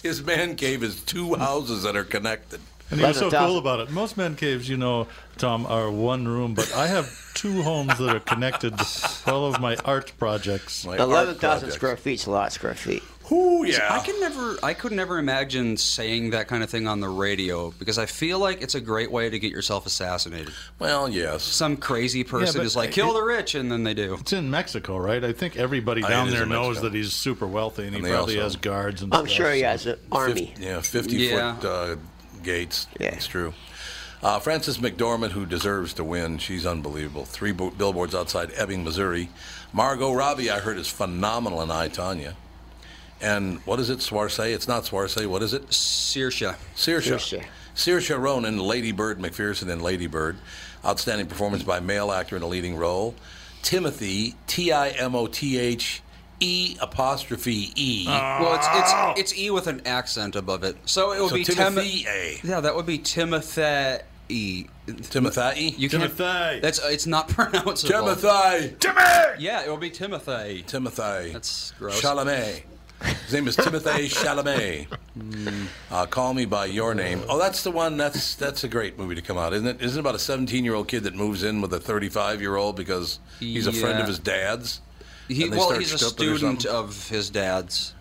Speaker 1: His man cave is two houses that are connected.
Speaker 5: And he was so
Speaker 4: Eleven
Speaker 5: cool
Speaker 4: thousand.
Speaker 5: about it. Most men caves, you know, Tom, are one room, but I have two homes that are connected to all of my art projects.
Speaker 1: My art
Speaker 4: Eleven thousand
Speaker 1: projects.
Speaker 4: square feet is a lot of square feet.
Speaker 1: Ooh, yeah.
Speaker 3: I can never, I could never imagine saying that kind of thing on the radio because I feel like it's a great way to get yourself assassinated.
Speaker 1: well, yes.
Speaker 3: Some crazy person
Speaker 5: but
Speaker 3: is like,
Speaker 5: it-
Speaker 3: kill the rich, and then they do.
Speaker 5: It's in Mexico, right? I think everybody
Speaker 1: I
Speaker 5: down
Speaker 1: think it is
Speaker 5: there
Speaker 1: in
Speaker 5: knows
Speaker 1: Mexico.
Speaker 5: that he's super wealthy,
Speaker 1: And
Speaker 5: and, he
Speaker 1: they
Speaker 5: probably
Speaker 1: also-
Speaker 5: has guards and.
Speaker 4: I'm
Speaker 5: stuff,
Speaker 4: sure he
Speaker 5: so-
Speaker 4: has an army.
Speaker 1: Fif- yeah, 50
Speaker 3: Yeah.
Speaker 1: foot uh, gates.
Speaker 4: Yeah.
Speaker 1: It's true. Uh, Frances McDormand, who deserves to win, she's unbelievable. Three bo- billboards outside Ebbing, Missouri. Margot Robbie, I heard, is phenomenal in I, Tanya. And what is it, Swarsay? It's not Swarsay. What is it?
Speaker 3: Searsha.
Speaker 1: Saoirse.
Speaker 4: Saoirse.
Speaker 1: Saoirse Ronan, Lady Bird McPherson in Lady Bird. Outstanding performance by male actor in a leading role. Timothy, T I M O T H E apostrophe E.
Speaker 3: Well, it's it's it's E with an accent above it, so it would
Speaker 1: Oh. So
Speaker 3: be Tim-
Speaker 1: Timothy A.
Speaker 3: Yeah, that would be Timothy. E.
Speaker 1: Timothy?
Speaker 3: You can't.
Speaker 5: Timothy.
Speaker 3: That's it's not pronounceable.
Speaker 1: Timothy.
Speaker 3: Yeah, it will be Timothy.
Speaker 1: Timothy.
Speaker 3: That's gross.
Speaker 1: Chalamet. His name is Timothy Chalamet. Uh, Call me by your name. Oh, that's the one. That's that's a great movie to come out, isn't it? Isn't it about a 17 year old kid that moves in with a 35 year old because he's a friend
Speaker 3: Yeah.
Speaker 1: of his dad's?
Speaker 3: He,
Speaker 1: and they
Speaker 3: well,
Speaker 1: start
Speaker 3: he's a
Speaker 1: stooping or
Speaker 3: student
Speaker 1: something?
Speaker 3: of his dad's,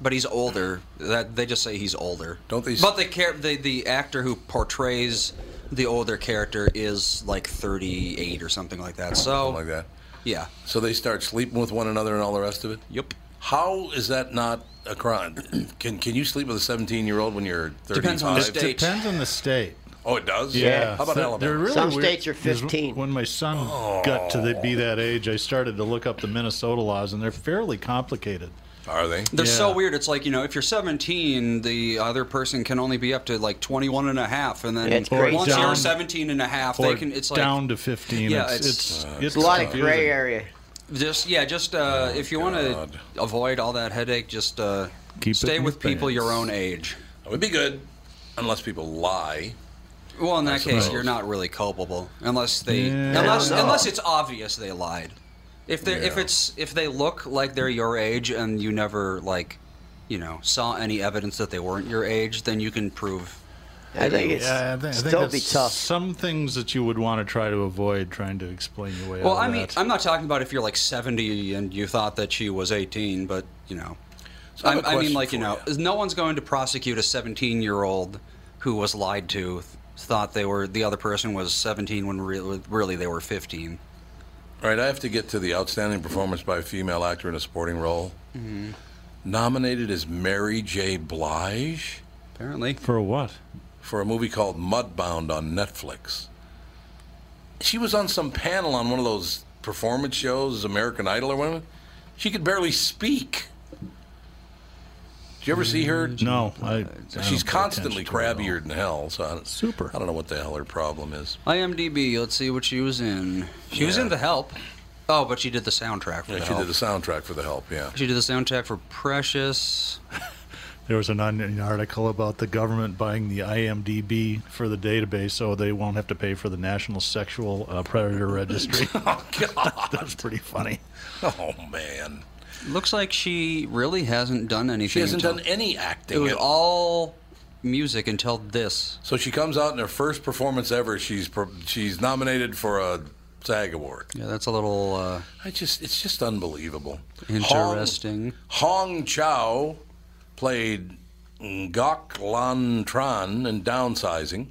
Speaker 3: but he's older. That they just say he's older.
Speaker 1: Don't they s-
Speaker 3: But the char- the the actor who portrays the older character is like 38 or something like that. So
Speaker 1: Something like that.
Speaker 3: yeah.
Speaker 1: So they start sleeping with one another and all the rest of it.
Speaker 3: Yep.
Speaker 1: How is that not a crime? Can can you sleep with a 17 year old when you're 35?
Speaker 3: Depends on the state.
Speaker 5: Depends on the state.
Speaker 1: Oh, it does. How about
Speaker 5: They're- they're
Speaker 1: Alabama?
Speaker 5: really
Speaker 4: Some
Speaker 5: weird.
Speaker 4: states are
Speaker 5: Because
Speaker 4: 15.
Speaker 5: When my son got to the, be that age, I started to look up the Minnesota laws, and they're fairly complicated.
Speaker 1: Are they?
Speaker 3: They're so
Speaker 5: Yeah.
Speaker 3: weird. It's like, you know, if you're 17, the other person can only be up to like 21 and a half. And then
Speaker 4: Yeah, it's crazy.
Speaker 3: once you're
Speaker 5: Down-
Speaker 3: 17 and a half,
Speaker 5: Or
Speaker 3: they can, it's like,
Speaker 5: down to fifteen.
Speaker 3: Yeah,
Speaker 5: it's
Speaker 3: it's-
Speaker 5: it's, it's,
Speaker 4: There's a lot of
Speaker 5: confusing.
Speaker 4: gray area.
Speaker 3: just, yeah, just, uh, if you want
Speaker 1: God.
Speaker 3: to avoid all that headache, just, uh,
Speaker 5: Keep it
Speaker 3: stay
Speaker 5: in
Speaker 3: with
Speaker 5: your
Speaker 3: people
Speaker 5: pants.
Speaker 3: your own age.
Speaker 1: That would be good, unless people lie.
Speaker 3: Well, in that case,
Speaker 1: suppose.
Speaker 3: you're not really culpable unless they,
Speaker 5: Yeah.
Speaker 3: unless,
Speaker 4: I don't know.
Speaker 3: unless it's obvious they lied. If they, if
Speaker 1: Yeah.
Speaker 3: it's, if they look like they're your age and you never, like, you know, saw any evidence that they weren't your age, then you can prove
Speaker 4: I think it's
Speaker 5: Yeah, I thi- I think
Speaker 4: still
Speaker 5: that's
Speaker 4: be tough.
Speaker 5: Some things that you would want to try to avoid trying to explain your way.
Speaker 3: Well,
Speaker 5: out
Speaker 3: I
Speaker 5: of
Speaker 3: mean,
Speaker 5: that.
Speaker 3: I'm not talking about if you're like 70 and you thought that she was 18, but you know,
Speaker 1: So I
Speaker 3: I,
Speaker 1: have a
Speaker 3: I mean,
Speaker 1: question
Speaker 3: like you
Speaker 1: for
Speaker 3: know,
Speaker 1: ya.
Speaker 3: no one's going to prosecute a 17 year old who was lied to, th- thought they were the other person was 17 when really, really they were 15.
Speaker 1: All right, I have to get to the outstanding performance by a female actor in a supporting role.
Speaker 5: Mm-hmm.
Speaker 1: Nominated as Mary J. Blige
Speaker 3: Apparently,
Speaker 5: for what?
Speaker 1: for a movie called Mudbound on Netflix. She was on some panel on one of those performance shows, American Idol or whatever. She could barely speak. Did you ever see her?
Speaker 5: No, Mm-hmm. I, I don't
Speaker 1: She's
Speaker 5: pay
Speaker 1: constantly
Speaker 5: attention to it at all.
Speaker 1: crab-eared in hell. So I don't,
Speaker 5: Super.
Speaker 1: I don't know what the hell her problem is.
Speaker 3: IMDb. Let's see what she was in. She was
Speaker 1: Yeah.
Speaker 3: in The Help. Oh, but she did the soundtrack for
Speaker 1: Yeah,
Speaker 3: The
Speaker 1: she
Speaker 3: Help.
Speaker 1: did the soundtrack for The Help. Yeah.
Speaker 3: she did the soundtrack for Precious.
Speaker 5: There was an onion article about the government buying the IMDb for the database, so they won't have to pay for the National Sexual uh, Predator Registry.
Speaker 1: Oh God.
Speaker 5: That's pretty funny.
Speaker 1: Oh man.
Speaker 3: Looks like she really hasn't done anything.
Speaker 1: She hasn't
Speaker 3: until-
Speaker 1: done any acting.
Speaker 3: It was
Speaker 1: at-
Speaker 3: all music until this.
Speaker 1: So she comes out in her first performance ever. She's per- she's nominated for a SAG award.
Speaker 3: Yeah, that's a little. Uh,
Speaker 1: I just it's just unbelievable.
Speaker 3: Interesting.
Speaker 1: Hong, Hong Chow played Ngok Lan Tran in Downsizing.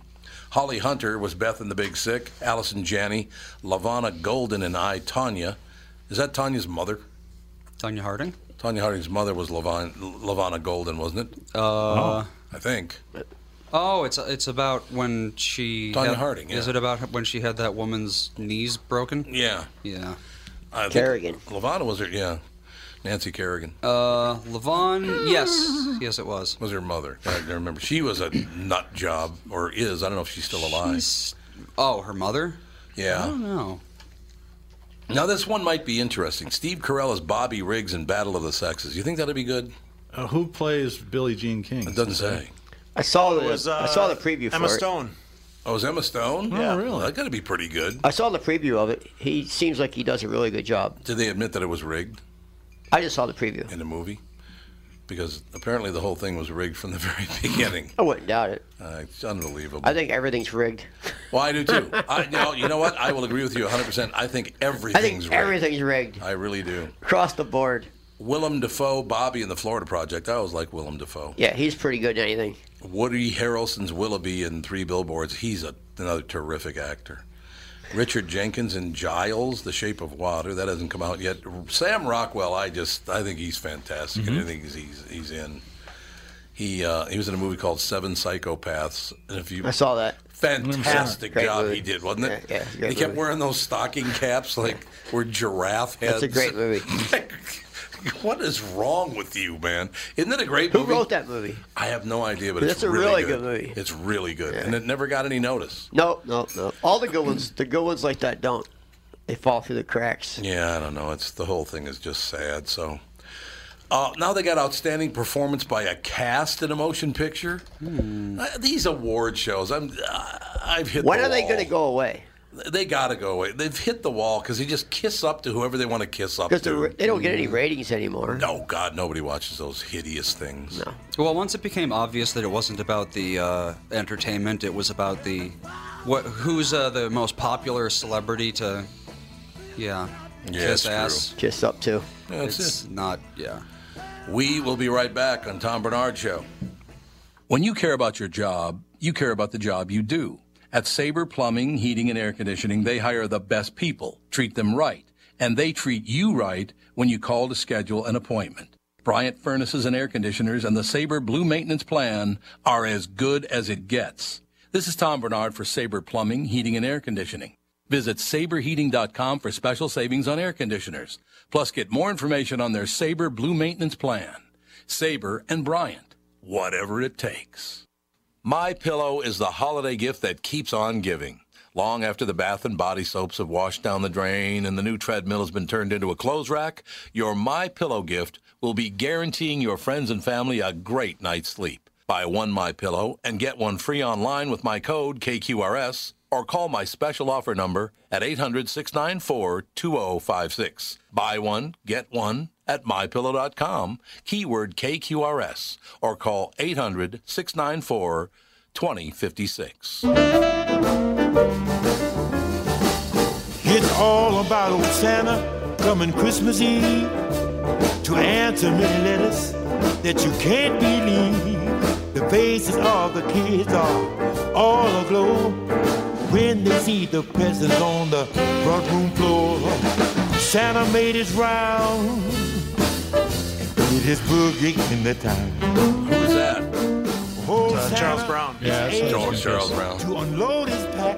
Speaker 1: Holly Hunter was Beth in The Big Sick. Allison Janney, Lavana Golden, and I Tanya. Is that Tanya's mother?
Speaker 3: Tanya Harding.
Speaker 1: Tanya Harding's mother was Lavon, Lavana Golden, wasn't it?
Speaker 3: Uh,
Speaker 5: oh,
Speaker 1: I think.
Speaker 3: Oh, it's it's about when she
Speaker 1: Tanya
Speaker 3: had-
Speaker 1: Harding,
Speaker 3: Is
Speaker 1: yeah.
Speaker 3: it about when she had that woman's knees broken?
Speaker 1: Yeah.
Speaker 3: Yeah.
Speaker 1: I think
Speaker 4: Kerrigan. Oh.
Speaker 1: Lavana was her, yeah. Nancy Kerrigan
Speaker 3: Uh, Levon. Yes, yes, it was.
Speaker 1: was her mother. I I remember. She was a nut job, or is. I don't know if she's still alive.
Speaker 3: She's- Oh, her mother. I
Speaker 1: Yeah.
Speaker 3: don't know.
Speaker 1: Now, this one might be interesting. Steve Carell is Bobby Riggs in Battle of the Sexes. You think that'd be good?
Speaker 5: Uh, who plays Billie Jean King?
Speaker 1: It doesn't say.
Speaker 4: I saw the
Speaker 7: It was,
Speaker 4: I
Speaker 7: uh,
Speaker 4: saw the preview for
Speaker 7: Emma
Speaker 4: it.
Speaker 7: Stone.
Speaker 1: Oh, is Emma Stone?
Speaker 5: Yeah. really?
Speaker 1: Well, that got to be pretty good.
Speaker 4: I saw the preview of it. He seems like he does a really good job.
Speaker 1: Did they admit that it was rigged
Speaker 4: I just saw the preview.
Speaker 1: in the movie? Because apparently the whole thing was rigged from the very beginning.
Speaker 4: I wouldn't doubt it.
Speaker 1: Uh, it's unbelievable.
Speaker 4: I think everything's rigged.
Speaker 1: well, I do too. I, no, you know what? I will agree with you 100%. I think
Speaker 4: I
Speaker 1: everything's
Speaker 4: think
Speaker 1: rigged.
Speaker 4: everything's rigged
Speaker 1: I really do.
Speaker 4: across the board.
Speaker 1: Willem Dafoe, Bobby in the Florida Project. I always like Willem Dafoe.
Speaker 4: Yeah, he's pretty good at anything.
Speaker 1: Woody Harrelson's Willoughby in Three Billboards. He's a, another terrific actor. Richard Jenkins in Giles, The Shape of Water. That hasn't come out yet. Sam Rockwell, I just I think he's fantastic.
Speaker 4: Mm-hmm.
Speaker 1: in anything he's, he's he's in. He uh, he was in a movie called Seven Psychopaths. And if you
Speaker 4: I saw that.
Speaker 1: fantastic
Speaker 4: Great
Speaker 1: job
Speaker 4: movie.
Speaker 1: he did, wasn't it?
Speaker 4: Yeah, yeah,
Speaker 1: he
Speaker 4: great
Speaker 1: kept
Speaker 4: movie.
Speaker 1: wearing those stocking caps like we're giraffe heads.
Speaker 4: That's a great movie.
Speaker 1: what is wrong with you, man? Isn't it a great
Speaker 4: Who
Speaker 1: movie?
Speaker 4: wrote that movie?
Speaker 1: I have no idea, but
Speaker 4: That's
Speaker 1: it's
Speaker 4: a
Speaker 1: really,
Speaker 4: really good movie.
Speaker 1: It's really good, and it never got any notice.
Speaker 4: No, no, no. All the good ones, the good ones like that don't. They fall through the cracks.
Speaker 1: Yeah, I don't know. It's the whole thing is just sad. So, Uh, now they got outstanding performance by a cast in a motion picture. Uh, these award shows, I'm, uh, I've hit.
Speaker 4: Hmm. When
Speaker 1: the
Speaker 4: are they
Speaker 1: wall.
Speaker 4: going to go away?
Speaker 1: They got to go away. They've hit the wall because they just kiss up to whoever they want to kiss up
Speaker 4: Because
Speaker 1: to.
Speaker 4: they don't get any ratings anymore.
Speaker 1: No, God, nobody watches those hideous things. No.
Speaker 3: Well, once it became obvious that it wasn't about the uh, entertainment, it was about the what who's uh, the most popular celebrity to, yeah,
Speaker 1: Yeah, it's
Speaker 3: kiss
Speaker 1: true.
Speaker 3: ass.
Speaker 4: Kiss up to.
Speaker 1: That's
Speaker 3: it's not yeah.
Speaker 1: We will be right back on Tom Bernard Show. When you care about your job, you care about the job you do. At Sabre Plumbing, Heating, and Air Conditioning, they hire the best people, treat them right, and they treat you right when you call to schedule an appointment. Bryant Furnaces and Air Conditioners and the Sabre Blue Maintenance Plan are as good as it gets. This is Tom Bernard for Sabre Plumbing, Heating, and Air Conditioning. Visit saberheating.com for special savings on air conditioners. Plus, get more information on their Sabre Blue Maintenance Plan. Sabre and Bryant, whatever it takes. My Pillow is the holiday gift that keeps on giving. Long after the bath and body soaps have washed down the drain and the new treadmill has been turned into a clothes rack, your My Pillow gift will be guaranteeing your friends and family a great night's sleep. Buy one My Pillow and get one free online with my code KQRS or call my special offer number at 800-694-2056. Buy one, get one at mypillow.com, keyword KQRS, or call 800-694-2056.
Speaker 11: It's all about old Santa coming Christmas Eve to answer many letters that you can't believe. The faces of the kids are all aglow when they see the presents on the front room floor. Santa made his round with his boogie in the town.
Speaker 1: Uh, Who's that?
Speaker 11: Santa
Speaker 7: uh, Charles Brown.
Speaker 11: Yeah,
Speaker 1: it's Charles- Charles Brown.
Speaker 11: To unload his pack.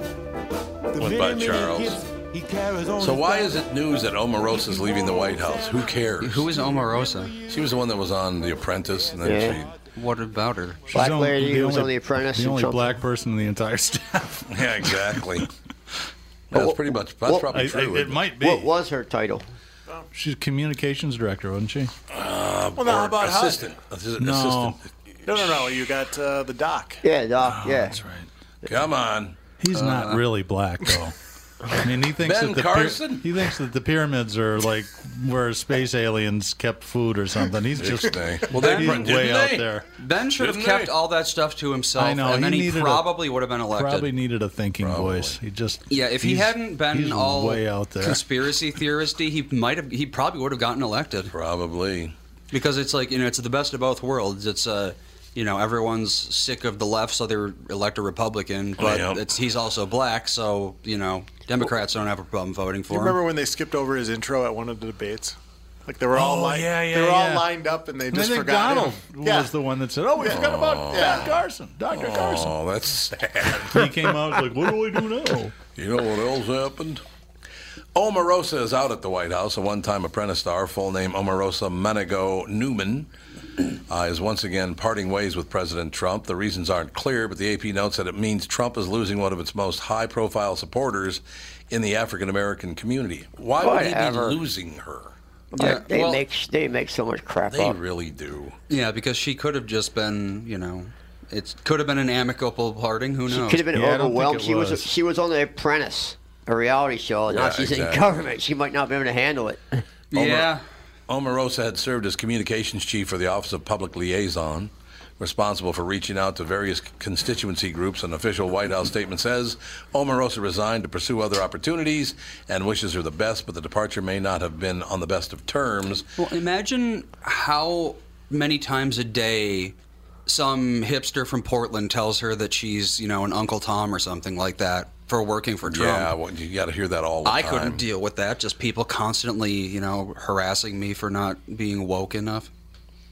Speaker 1: Went
Speaker 11: The
Speaker 1: by
Speaker 11: many, many
Speaker 1: Charles.
Speaker 11: gifts he carries on
Speaker 1: So
Speaker 11: his
Speaker 1: why
Speaker 11: back.
Speaker 1: is it news that Omarosa is leaving the White House? Who cares?
Speaker 3: Who is Omarosa?
Speaker 1: She was the one that was on The Apprentice, and then
Speaker 4: Yeah.
Speaker 3: What about her?
Speaker 4: Black
Speaker 5: only-
Speaker 4: lady
Speaker 5: the
Speaker 4: who was
Speaker 5: only-
Speaker 4: on The Apprentice
Speaker 5: The
Speaker 4: and
Speaker 5: only
Speaker 4: Trump.
Speaker 5: black person in the entire staff.
Speaker 1: she. Yeah, exactly. That's pretty much. That's
Speaker 4: well,
Speaker 1: probably
Speaker 5: I-
Speaker 1: true.
Speaker 5: I- it might be.
Speaker 4: What was her title?
Speaker 5: She's communications director, wasn't she?
Speaker 7: Well, now how
Speaker 1: Uh, Or
Speaker 7: about HUD?
Speaker 1: assistant? Assistant.
Speaker 5: No.
Speaker 1: assistant.
Speaker 7: No, no, no. You got uh, the doc.
Speaker 4: Yeah,
Speaker 1: Ah,
Speaker 4: Doc. yeah.
Speaker 5: That's right.
Speaker 1: Come on.
Speaker 5: He's not really black though. I mean, he thinks
Speaker 1: Uh, Ben
Speaker 5: that the
Speaker 1: Carson?
Speaker 5: he thinks that the pyramids are like where space aliens kept food or something. He's just
Speaker 1: They- well, they-
Speaker 5: he's
Speaker 1: didn't
Speaker 5: way out
Speaker 1: they?
Speaker 5: there.
Speaker 3: Ben should have
Speaker 1: Didn't
Speaker 3: kept
Speaker 1: they?
Speaker 3: all that stuff to himself,
Speaker 5: I know,
Speaker 3: Oh, and then
Speaker 5: he
Speaker 3: he
Speaker 5: needed a-
Speaker 3: probably would have been elected.
Speaker 5: Probably needed a thinking voice. He just
Speaker 3: yeah, if he
Speaker 5: he's-
Speaker 3: hadn't been
Speaker 5: he's
Speaker 3: all
Speaker 5: way out there.
Speaker 3: conspiracy theoristy, he might have. He probably would have gotten elected.
Speaker 1: Probably.
Speaker 3: because it's like you know it's the best of both worlds it's uh you know everyone's sick of the left so they elect a republican
Speaker 5: Oh,
Speaker 3: but
Speaker 1: Yep.
Speaker 3: it's he's also black so you know democrats don't have a problem voting for
Speaker 7: You
Speaker 3: him
Speaker 7: remember when they skipped over his intro at one of the debates? Like they were all
Speaker 5: Oh,
Speaker 7: lined,
Speaker 5: yeah, yeah,
Speaker 7: they were all
Speaker 5: yeah.
Speaker 7: lined up and they
Speaker 5: And I
Speaker 7: just
Speaker 5: think
Speaker 7: forgot
Speaker 5: Donald
Speaker 7: him.
Speaker 5: was
Speaker 7: Yeah.
Speaker 5: the one that said, "Oh, we forgot about Ben Carson, Doctor Carson."
Speaker 1: Oh, that's sad.
Speaker 5: He came out like, "What do I do now?"
Speaker 1: You know what else happened? Omarosa is out at the White House. A one time apprentice star, full name Omarosa Menego Newman, uh, is once again parting ways with President Trump. The reasons aren't clear, but the AP notes that it means Trump is losing one of its most high profile supporters in the African American community. Why would he
Speaker 4: Whatever.
Speaker 1: be losing her?
Speaker 3: Yeah,
Speaker 4: they
Speaker 3: well-
Speaker 4: make they make so much crap
Speaker 1: They
Speaker 4: up.
Speaker 1: really do.
Speaker 3: yeah because she could have just been you know it could have been an amicable parting who
Speaker 4: She
Speaker 3: knows
Speaker 4: could have been
Speaker 5: Oh, Yeah, I don't
Speaker 4: overwhelmed.
Speaker 5: think
Speaker 4: She
Speaker 5: it
Speaker 4: was.
Speaker 5: was.
Speaker 4: she was on The Apprentice, a reality show. and Now
Speaker 1: Yeah,
Speaker 4: she's
Speaker 1: exactly.
Speaker 4: in government. She might not be able to handle it.
Speaker 3: yeah
Speaker 1: Omarosa had served as communications chief for the Office of Public Liaison, responsible for reaching out to various constituency groups. An official White House statement says Omarosa resigned to pursue other opportunities and wishes her the best, but the departure may not have been on the best of terms.
Speaker 3: Well, imagine how many times a day some hipster from Portland tells her that she's, you know, an Uncle Tom or something like that for working for Trump.
Speaker 1: Yeah, well, you got to hear that all the
Speaker 3: I
Speaker 1: time.
Speaker 3: couldn't deal with that. Just people constantly, you know, harassing me for not being woke enough.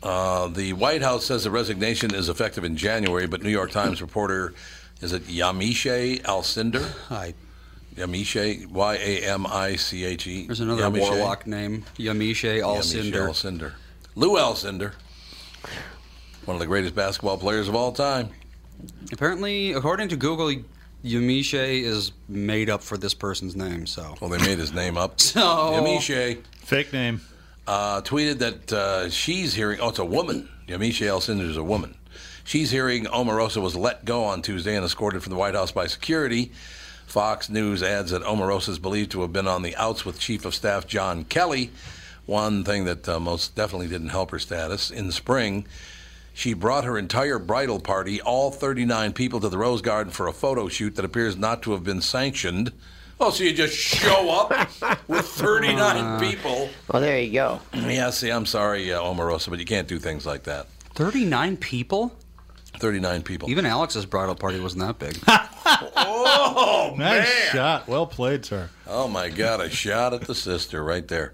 Speaker 1: Uh, the White House says the resignation is effective in January, but New York Times reporter, is it Yamiche Alcinder?
Speaker 3: I,
Speaker 1: Yamiche, Y A M I C H E.
Speaker 3: there's another warlock name, Yamishe Alcinder.
Speaker 1: Alcinder. Lou Alcinder. One of the greatest basketball players of all time.
Speaker 3: Apparently, according to Google, Yamishe is made up for this person's name. So
Speaker 1: Well, they made his name up.
Speaker 3: So-
Speaker 1: Yamiche.
Speaker 5: Fake name.
Speaker 1: uh, tweeted that uh, she's hearing. Oh, it's a woman. Yeah, Michelle Sanders is a woman. She's hearing Omarosa was let go on Tuesday and escorted from the White House by security. Fox News adds that Omarosa is believed to have been on the outs with Chief of Staff John Kelly. One thing that uh, most definitely didn't help her status. In the spring, she brought her entire bridal party, all 39 people, to the Rose Garden for a photo shoot that appears not to have been sanctioned. Oh, so you just show up with 39 people.
Speaker 4: Well, there you go.
Speaker 1: yeah, see, I'm sorry, uh, Omarosa, but you can't do things like that.
Speaker 3: 39 people?
Speaker 1: 39 people.
Speaker 3: Even Alex's bridal party wasn't that big.
Speaker 1: oh,
Speaker 5: Nice
Speaker 1: man.
Speaker 5: shot. Well played, sir.
Speaker 1: Oh my God, a shot at the sister right there.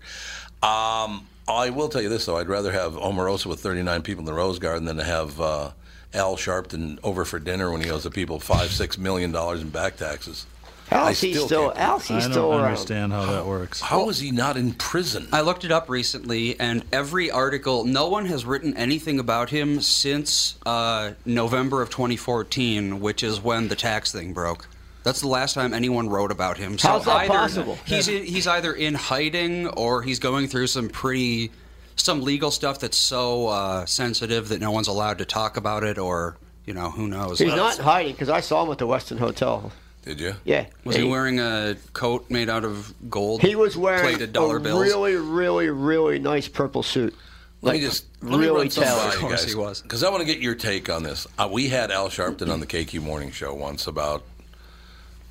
Speaker 1: Um, I will tell you this though: I'd rather have Omarosa with 39 people in the Rose Garden than to have uh, Al Sharpton over for dinner when he owes the people five, six million dollars in back taxes. I
Speaker 4: Al's he's
Speaker 1: still
Speaker 4: still,
Speaker 1: can't-
Speaker 4: Al's
Speaker 5: I
Speaker 4: he's
Speaker 5: don't
Speaker 4: still around.
Speaker 5: understand how that works.
Speaker 1: How is he not in prison?
Speaker 3: I looked it up recently, and every article, no one has written anything about him since uh, November of 2014, which is when the tax thing broke. That's the last time anyone wrote about him. So
Speaker 4: How's that
Speaker 3: either,
Speaker 4: possible?
Speaker 3: He's in, he's either in hiding or he's going through some pretty some legal stuff that's so uh, sensitive that no one's allowed to talk about it, or you know who knows.
Speaker 4: He's not hiding because I saw him at the Western Hotel.
Speaker 1: Did you?
Speaker 4: Yeah.
Speaker 3: Was he wearing a coat made out of gold?
Speaker 4: He was wearing
Speaker 3: plated dollar
Speaker 4: a
Speaker 3: bills.
Speaker 4: really, really, really nice purple suit.
Speaker 1: Let me just let me
Speaker 4: really
Speaker 1: run something
Speaker 4: tell.
Speaker 1: by you
Speaker 3: Of course
Speaker 1: guys.
Speaker 3: he was.
Speaker 1: Because I want to get your take on this. Uh, we had Al Sharpton on the KQ Morning Show once about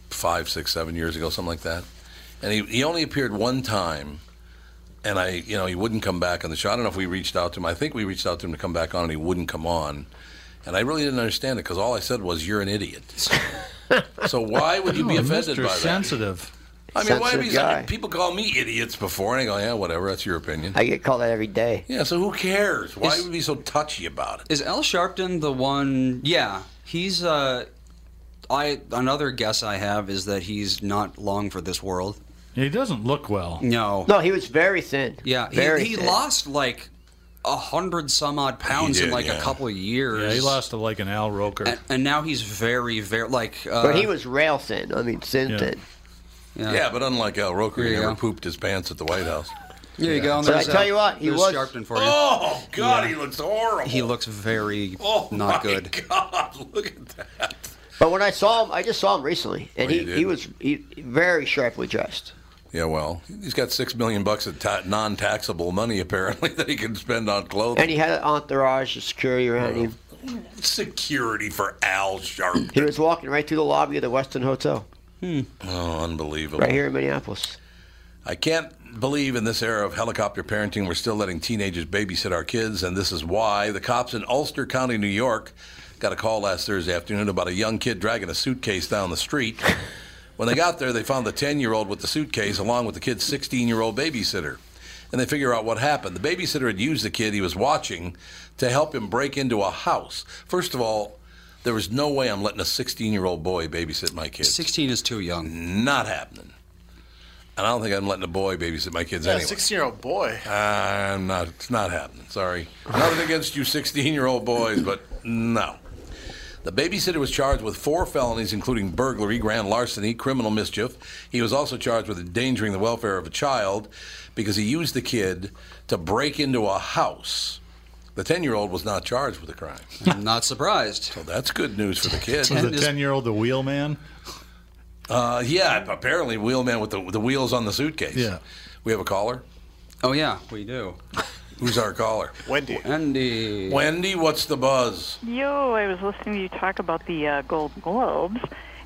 Speaker 1: five, six, seven years ago, something like that. And he, he only appeared one time. And I, you know, he wouldn't come back on the show. I don't know if we reached out to him. I think we reached out to him to come back on, and he wouldn't come on. And I really didn't understand it because all I said was, "You're an idiot." so why would you be
Speaker 5: Oh,
Speaker 1: offended
Speaker 5: Mr.
Speaker 1: by that?
Speaker 5: Sensitive.
Speaker 1: I mean, why
Speaker 4: Sensitive
Speaker 1: be
Speaker 4: guy.
Speaker 1: people call me idiots before, and I go, "Yeah, whatever, that's your opinion."
Speaker 4: I get called that every day.
Speaker 1: yeah, so who cares? Why would we be so touchy about it?
Speaker 3: Is Al Sharpton the one? Yeah, he's. Uh, I another guess I have is that he's not long for this world.
Speaker 5: He doesn't look well.
Speaker 3: No.
Speaker 4: No, he was very thin.
Speaker 3: Yeah,
Speaker 4: very
Speaker 3: he, he
Speaker 4: thin.
Speaker 3: lost like a hundred some odd pounds
Speaker 1: He
Speaker 3: in
Speaker 1: did,
Speaker 3: like
Speaker 1: yeah.
Speaker 3: a couple of years.
Speaker 5: Yeah, he lost to like an Al Roker.
Speaker 3: And, and now he's very, very like. Uh,
Speaker 4: But he was rail thin. I mean, thin,
Speaker 5: Yeah.
Speaker 4: thin.
Speaker 3: Yeah.
Speaker 1: Yeah, but unlike Al Roker, he
Speaker 3: Here you
Speaker 1: never
Speaker 3: go.
Speaker 1: pooped his pants at the White House.
Speaker 3: There you go. and
Speaker 4: But I
Speaker 3: there's, uh,
Speaker 4: tell you what, he
Speaker 3: there's
Speaker 4: was-
Speaker 3: Sharpton for you.
Speaker 1: Oh God, he looks horrible.
Speaker 3: He looks very
Speaker 1: oh
Speaker 3: not
Speaker 1: my
Speaker 3: good.
Speaker 1: God, look at that.
Speaker 4: But when I saw him, I just saw him recently, and
Speaker 1: Oh, you
Speaker 4: he,
Speaker 1: did?
Speaker 4: he was he, very sharply dressed.
Speaker 1: Yeah, well, he's got six million bucks of ta- non-taxable money apparently that he can spend on clothing.
Speaker 4: And he had an entourage of security around him.
Speaker 1: Security for Al Sharpton.
Speaker 4: He was walking right through the lobby of the Western Hotel,
Speaker 1: Oh, unbelievable.
Speaker 4: right here in Minneapolis.
Speaker 1: I can't believe in this era of helicopter parenting, we're still letting teenagers babysit our kids, and this is why. The cops in Ulster County, New York, got a call last Thursday afternoon about a young kid dragging a suitcase down the street. when they got there, they found the 10 year old with the suitcase along with the kid's 16 year old babysitter. And they figure out what happened. The babysitter had used the kid he was watching to help him break into a house. First of all, there was no way I'm letting a 16 year old boy babysit my kids.
Speaker 3: Sixteen is too young.
Speaker 1: Not happening. And I don't think I'm letting a boy babysit my kids
Speaker 7: Yeah,
Speaker 1: anyway.
Speaker 7: sixteen-year-old boy.
Speaker 1: I'm not. It's not happening. Sorry. Nothing against you, 16-year-old boys, but no. The babysitter was charged with four felonies, including burglary, grand larceny, criminal mischief. He was also charged with endangering the welfare of a child because he used the kid to break into a house. The 10-year-old was not charged with the crime.
Speaker 3: I'm not surprised.
Speaker 1: Well, that's good news for the kid.
Speaker 5: Was
Speaker 3: And
Speaker 5: the
Speaker 3: is-
Speaker 5: ten-year-old the wheel man?
Speaker 1: Uh, yeah, apparently wheelman with the, with the wheels on the suitcase.
Speaker 5: Yeah.
Speaker 1: We have a caller.
Speaker 3: Oh yeah, we do.
Speaker 1: Who's our caller?
Speaker 7: Wendy.
Speaker 3: Andy.
Speaker 1: Wendy, what's the buzz?
Speaker 12: Yo, I was listening to you talk about the uh, Gold Globes,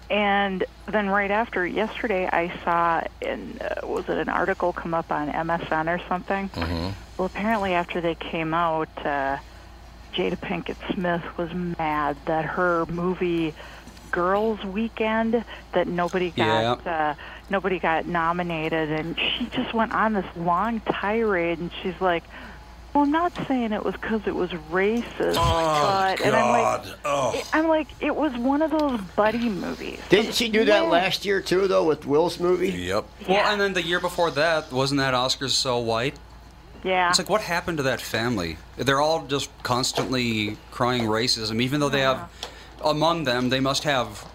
Speaker 12: and then right after yesterday, I saw in uh, was it an article come up on MSN or something? Well, apparently after they came out, uh, Jada Pinkett Smith was mad that her movie Girls Weekend that nobody got uh, nobody got nominated, and she just went on this long tirade, and she's like. Well, I'm not saying it was because it was racist,
Speaker 4: Oh,
Speaker 12: but and I'm like,
Speaker 1: God. Oh.
Speaker 12: I'm like, it was one of those buddy movies.
Speaker 4: Didn't she do that
Speaker 12: Yeah.
Speaker 4: last year too, though, with Will's movie?
Speaker 1: Yep.
Speaker 3: Well, and then the year before that, wasn't that Oscars so white?
Speaker 12: Yeah.
Speaker 3: It's like, what happened to that family? They're all just constantly crying racism, even though they have, among them, they must have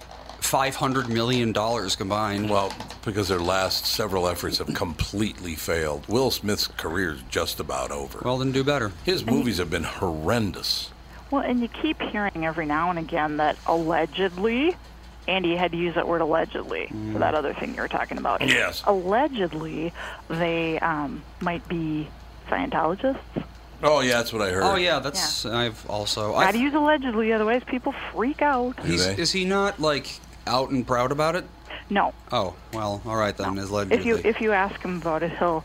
Speaker 3: five hundred million dollars combined.
Speaker 1: Well, because their last several efforts have completely failed. Will Smith's career is just about over.
Speaker 3: Well, then do better.
Speaker 1: His movies have been horrendous.
Speaker 12: Well, and you keep hearing every now and again that allegedly, Andy you had to use that word allegedly
Speaker 4: Mm.
Speaker 12: for that other thing you were talking about.
Speaker 1: Yes.
Speaker 12: Allegedly, they um, might be Scientologists.
Speaker 1: Oh yeah, that's what I heard.
Speaker 3: Oh yeah, that's I've also.
Speaker 12: Got
Speaker 3: I've,
Speaker 12: to use allegedly, otherwise people freak out.
Speaker 3: he's, is he not like out and proud about it?
Speaker 12: No.
Speaker 3: Oh well, all right then. Is
Speaker 12: If
Speaker 3: allegedly.
Speaker 12: you if you ask him about it, he'll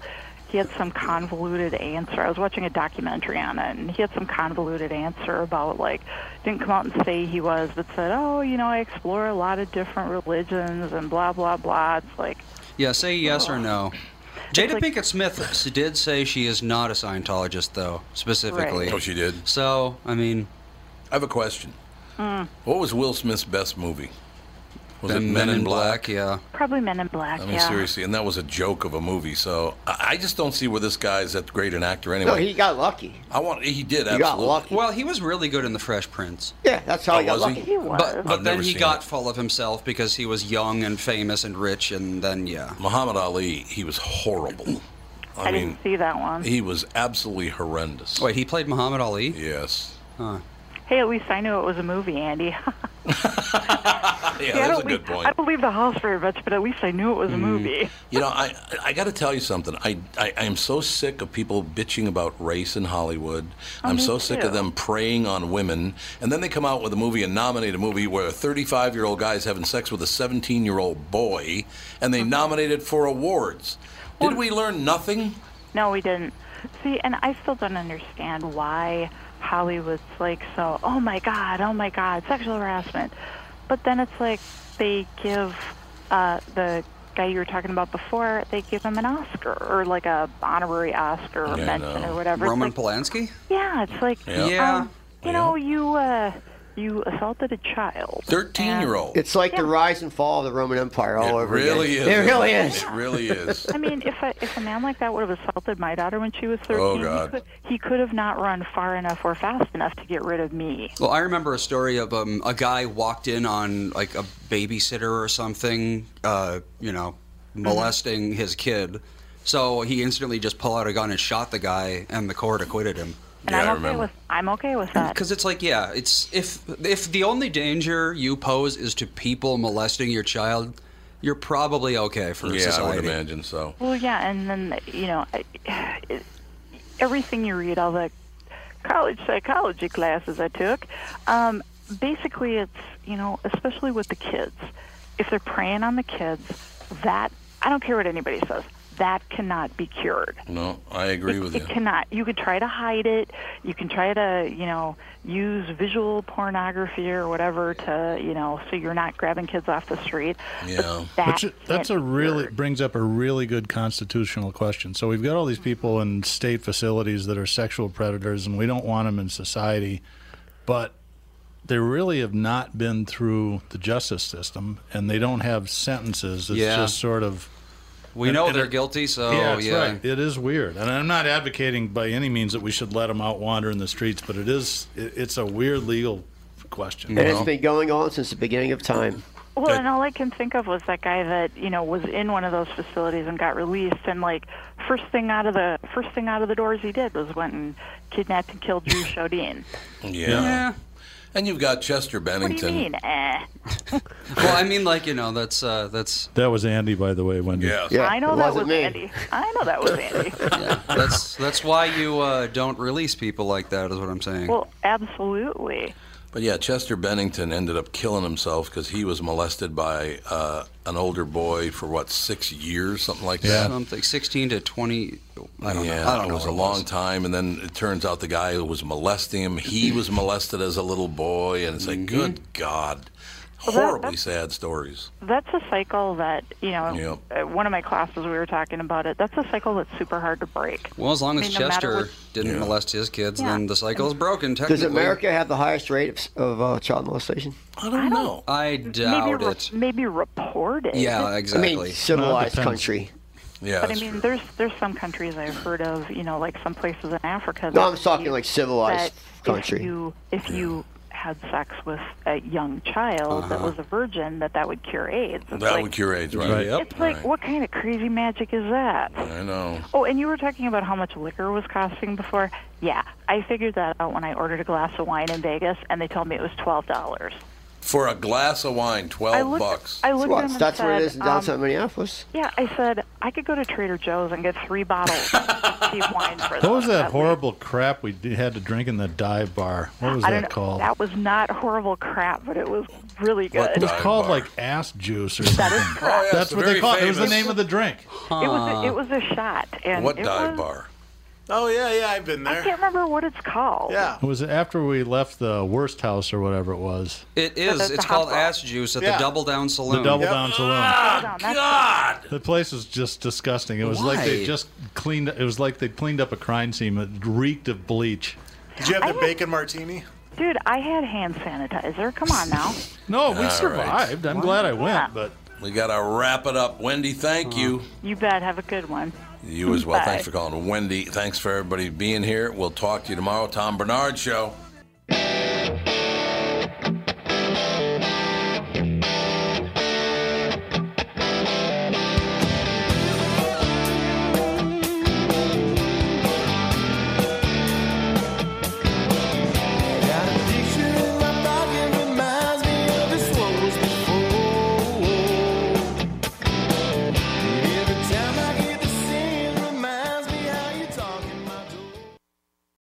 Speaker 12: he had some convoluted answer. I was watching a documentary on it, and he had some convoluted answer about like didn't come out and say he was, but said, oh, you know, I explore a lot of different religions and blah blah blah. It's like
Speaker 3: yeah, say yes or no.
Speaker 12: It's
Speaker 3: Jada
Speaker 12: like-
Speaker 3: Pinkett Smith s- did say she is not a Scientologist, though specifically.
Speaker 1: Right. Oh, she did.
Speaker 3: So I mean,
Speaker 1: I have a question.
Speaker 12: mm,
Speaker 1: What was Will Smith's best movie? Was
Speaker 3: Men-
Speaker 1: it Men,
Speaker 3: Men
Speaker 1: in
Speaker 3: in
Speaker 1: Black?
Speaker 3: Yeah.
Speaker 12: probably Men in Black.
Speaker 1: I mean,
Speaker 12: yeah.
Speaker 1: seriously, and that was a joke of a movie. So I I just don't see where this guy's that great an actor anyway.
Speaker 4: No, he got lucky.
Speaker 1: I want. He did.
Speaker 4: He
Speaker 1: Absolutely.
Speaker 4: got lucky.
Speaker 3: Well, he was really good in The Fresh Prince.
Speaker 4: Yeah, that's how
Speaker 1: Oh,
Speaker 4: he got
Speaker 1: was he?
Speaker 4: lucky.
Speaker 1: He was.
Speaker 3: But, but
Speaker 1: I've
Speaker 3: then
Speaker 1: never
Speaker 3: he
Speaker 1: seen
Speaker 3: got full of himself because he was young and famous and rich, and then, yeah.
Speaker 1: Muhammad Ali, he was horrible. I,
Speaker 12: I
Speaker 1: mean,
Speaker 12: didn't see that one.
Speaker 1: he was absolutely horrendous.
Speaker 3: Wait, he played Muhammad Ali?
Speaker 1: Yes.
Speaker 3: Huh.
Speaker 12: Hey, at least I knew it was a movie, Andy.
Speaker 1: Yeah,
Speaker 12: I
Speaker 1: that's
Speaker 12: don't
Speaker 1: a good
Speaker 12: leave-
Speaker 1: point.
Speaker 12: I don't leave the house very much, but at least I knew it was a
Speaker 1: Mm.
Speaker 12: movie.
Speaker 1: You know, I I got to tell you something. I, I I am so sick of people bitching about race in Hollywood.
Speaker 12: Oh,
Speaker 1: I'm
Speaker 12: me
Speaker 1: so sick
Speaker 12: too.
Speaker 1: of them preying on women, and then they come out with a movie and nominate a movie where a 35 year old guy is having sex with a 17 year old boy, and they nominate it for awards. Did we learn nothing?
Speaker 12: No, we didn't. See, and I still don't understand why Hollywood's like so, oh my God, oh my God, sexual harassment. But then it's like they give uh, the guy you were talking about before, they give him an Oscar or like a honorary Oscar or
Speaker 3: Yeah, I
Speaker 12: mention
Speaker 3: know.
Speaker 12: or whatever. It's
Speaker 3: Roman
Speaker 12: like-
Speaker 3: Polanski?
Speaker 12: yeah, it's like,
Speaker 3: Yeah. Yeah.
Speaker 12: um, you know, you, uh, you assaulted a child. And-
Speaker 4: It's like the
Speaker 12: Yeah.
Speaker 4: rise and fall of the Roman Empire all over
Speaker 1: really
Speaker 4: again.
Speaker 1: is.
Speaker 4: It really is.
Speaker 1: It really is.
Speaker 12: I mean, if a, if a man like that would have assaulted my daughter when she was 13,
Speaker 3: Oh,
Speaker 12: He,
Speaker 3: God.
Speaker 12: could, he could have not run far enough or fast enough to get rid of me.
Speaker 3: Well, I remember a story of um, a guy walked in on like a babysitter or something, uh, you know, molesting his kid. So he instantly just pulled out a gun and shot the guy, and the court acquitted him.
Speaker 12: And I'm okay with I'm okay with that.
Speaker 3: Because it's like, yeah, it's if if the only danger you pose is to people molesting your child, you're probably okay for
Speaker 1: Yeah, I would
Speaker 3: society.
Speaker 1: imagine so.
Speaker 12: Well, yeah, and then you know, I- it, everything you read, all the college psychology classes I took, um, basically, it's you know, especially with the kids, if they're preying on the kids, that I don't care what anybody says, that cannot be cured.
Speaker 1: No, I agree with you.
Speaker 12: It cannot. You could try to hide it. You can try to, you know, use visual pornography or whatever to, you know, so you're not grabbing kids off the street.
Speaker 1: Yeah.
Speaker 12: That
Speaker 5: Which, that's a really brings up a really good constitutional question. So we've got all these people in state facilities that are sexual predators, and we don't want them in society, but they really have not been through the justice system, and they don't have sentences. It's
Speaker 3: Yeah.
Speaker 5: just sort of
Speaker 3: We
Speaker 5: and-
Speaker 3: know
Speaker 5: and
Speaker 3: they're
Speaker 5: it-
Speaker 3: guilty, so
Speaker 5: yeah,
Speaker 3: Oh, yeah.
Speaker 5: it's right. It is weird, and I'm not advocating by any means that we should let them out wander in the streets, but it is it, it's a weird legal question.
Speaker 4: And it's been going on since the beginning of time.
Speaker 12: Well, and all I can think of was that guy that you know was in one of those facilities and got released, and like first thing out of the first thing out of the doors he did was went and kidnapped and killed Drew Shodin.
Speaker 1: Yeah. And you've got Chester
Speaker 12: What do
Speaker 1: Bennington.
Speaker 12: you mean? Eh.
Speaker 3: Well, I mean, like you know, that's uh, that's
Speaker 5: That was Andy, by the way, Wendy.
Speaker 12: I know that was Andy. I know that was Andy.
Speaker 3: that's that's why you uh, don't release people like that, is what I'm saying.
Speaker 12: well, absolutely.
Speaker 1: But yeah, Chester Bennington ended up killing himself because he was molested by uh, an older boy for what six years, something like that.
Speaker 3: something 16 to 20. I don't
Speaker 1: yeah,
Speaker 3: know. I don't
Speaker 1: it
Speaker 3: know.
Speaker 1: was
Speaker 3: what
Speaker 1: a long time, and then it turns out the guy who was molesting him, he was molested as a little boy, and it's like, good God,
Speaker 12: Well, that-
Speaker 1: horribly
Speaker 12: that's-
Speaker 1: sad stories.
Speaker 12: That's a cycle that you know. uh One of my classes we were talking about it. That's a cycle that's super hard to break.
Speaker 3: Well, as long
Speaker 12: I
Speaker 3: as
Speaker 12: mean, no matter
Speaker 3: Chester
Speaker 12: what-
Speaker 3: didn't molest his kids, then the cycle is broken. Technically,
Speaker 4: Does America have the highest rate of, s- of uh, child molestation?
Speaker 1: I don't know.
Speaker 3: I doubt
Speaker 12: maybe, re-
Speaker 3: it.
Speaker 12: maybe report it.
Speaker 4: I mean, civilized country.
Speaker 1: Yeah.
Speaker 12: but I mean, there's there's some countries I've heard of, you know, like some places in
Speaker 4: No,
Speaker 12: Africa. that
Speaker 4: I'm talking
Speaker 12: you-
Speaker 4: like civilized
Speaker 12: that
Speaker 4: country.
Speaker 12: If you if you had sex with a young child that
Speaker 1: Uh-huh.
Speaker 12: was a virgin that that would cure AIDS. It's
Speaker 1: That
Speaker 12: like,
Speaker 1: would cure AIDS, right?
Speaker 5: Right.
Speaker 12: It's like what kind of crazy magic is that?
Speaker 1: I know.
Speaker 12: Oh, and you were talking about how much liquor was costing before. Yeah, I figured that out when I ordered a glass of wine in Vegas, and they told me it was twelve dollars.
Speaker 1: For a glass of wine,
Speaker 5: Oh,
Speaker 12: I
Speaker 1: 12
Speaker 12: looked-
Speaker 1: bucks.
Speaker 12: I looked at him and
Speaker 4: that's where it
Speaker 12: said,
Speaker 4: is in downtown
Speaker 12: um,
Speaker 4: Minneapolis.
Speaker 12: Yeah, I said I could go to Trader Joe's and get three bottles of cheap wine for
Speaker 5: What was
Speaker 12: those,
Speaker 5: that
Speaker 12: at
Speaker 5: horrible crap we d- had to drink in the dive bar? What was
Speaker 12: I
Speaker 5: that
Speaker 12: don't know.
Speaker 5: called?
Speaker 12: That was not horrible crap, but it was really good.
Speaker 5: It was called like ass juice or
Speaker 12: That
Speaker 5: something.
Speaker 1: Oh,
Speaker 12: is correct.
Speaker 5: That's what they call it. It was the name of the drink.
Speaker 12: It was a, it was a shot, and
Speaker 5: What
Speaker 12: it
Speaker 5: dive
Speaker 12: was,
Speaker 5: bar?
Speaker 7: Oh yeah, yeah, I've been
Speaker 12: I can't remember what it's called. Yeah,
Speaker 5: It was after we left the worst house or whatever it was.
Speaker 3: It is.
Speaker 12: At the
Speaker 3: It's
Speaker 12: hot
Speaker 3: called
Speaker 12: dog.
Speaker 3: Ass Juice at
Speaker 12: Yeah.
Speaker 3: the Double Down Saloon.
Speaker 5: The Double Down Saloon.
Speaker 12: God.
Speaker 5: The place was just disgusting. It was like
Speaker 3: Why?
Speaker 5: they just cleaned. It was like they cleaned up a crime scene. It reeked of bleach.
Speaker 7: Did you have the bacon martini?
Speaker 12: Dude, I had hand sanitizer. Come on now.
Speaker 5: No,
Speaker 1: we All right. survived.
Speaker 5: I'm
Speaker 12: Why glad I not? went,
Speaker 5: but
Speaker 1: we got to wrap it up. Wendy, thank you.
Speaker 12: You bet. Have a good one.
Speaker 1: You as well.
Speaker 12: Hmm. Bye.
Speaker 1: Thanks for calling. Wendy, thanks for everybody being here. We'll talk to you tomorrow. Tom Bernard Show.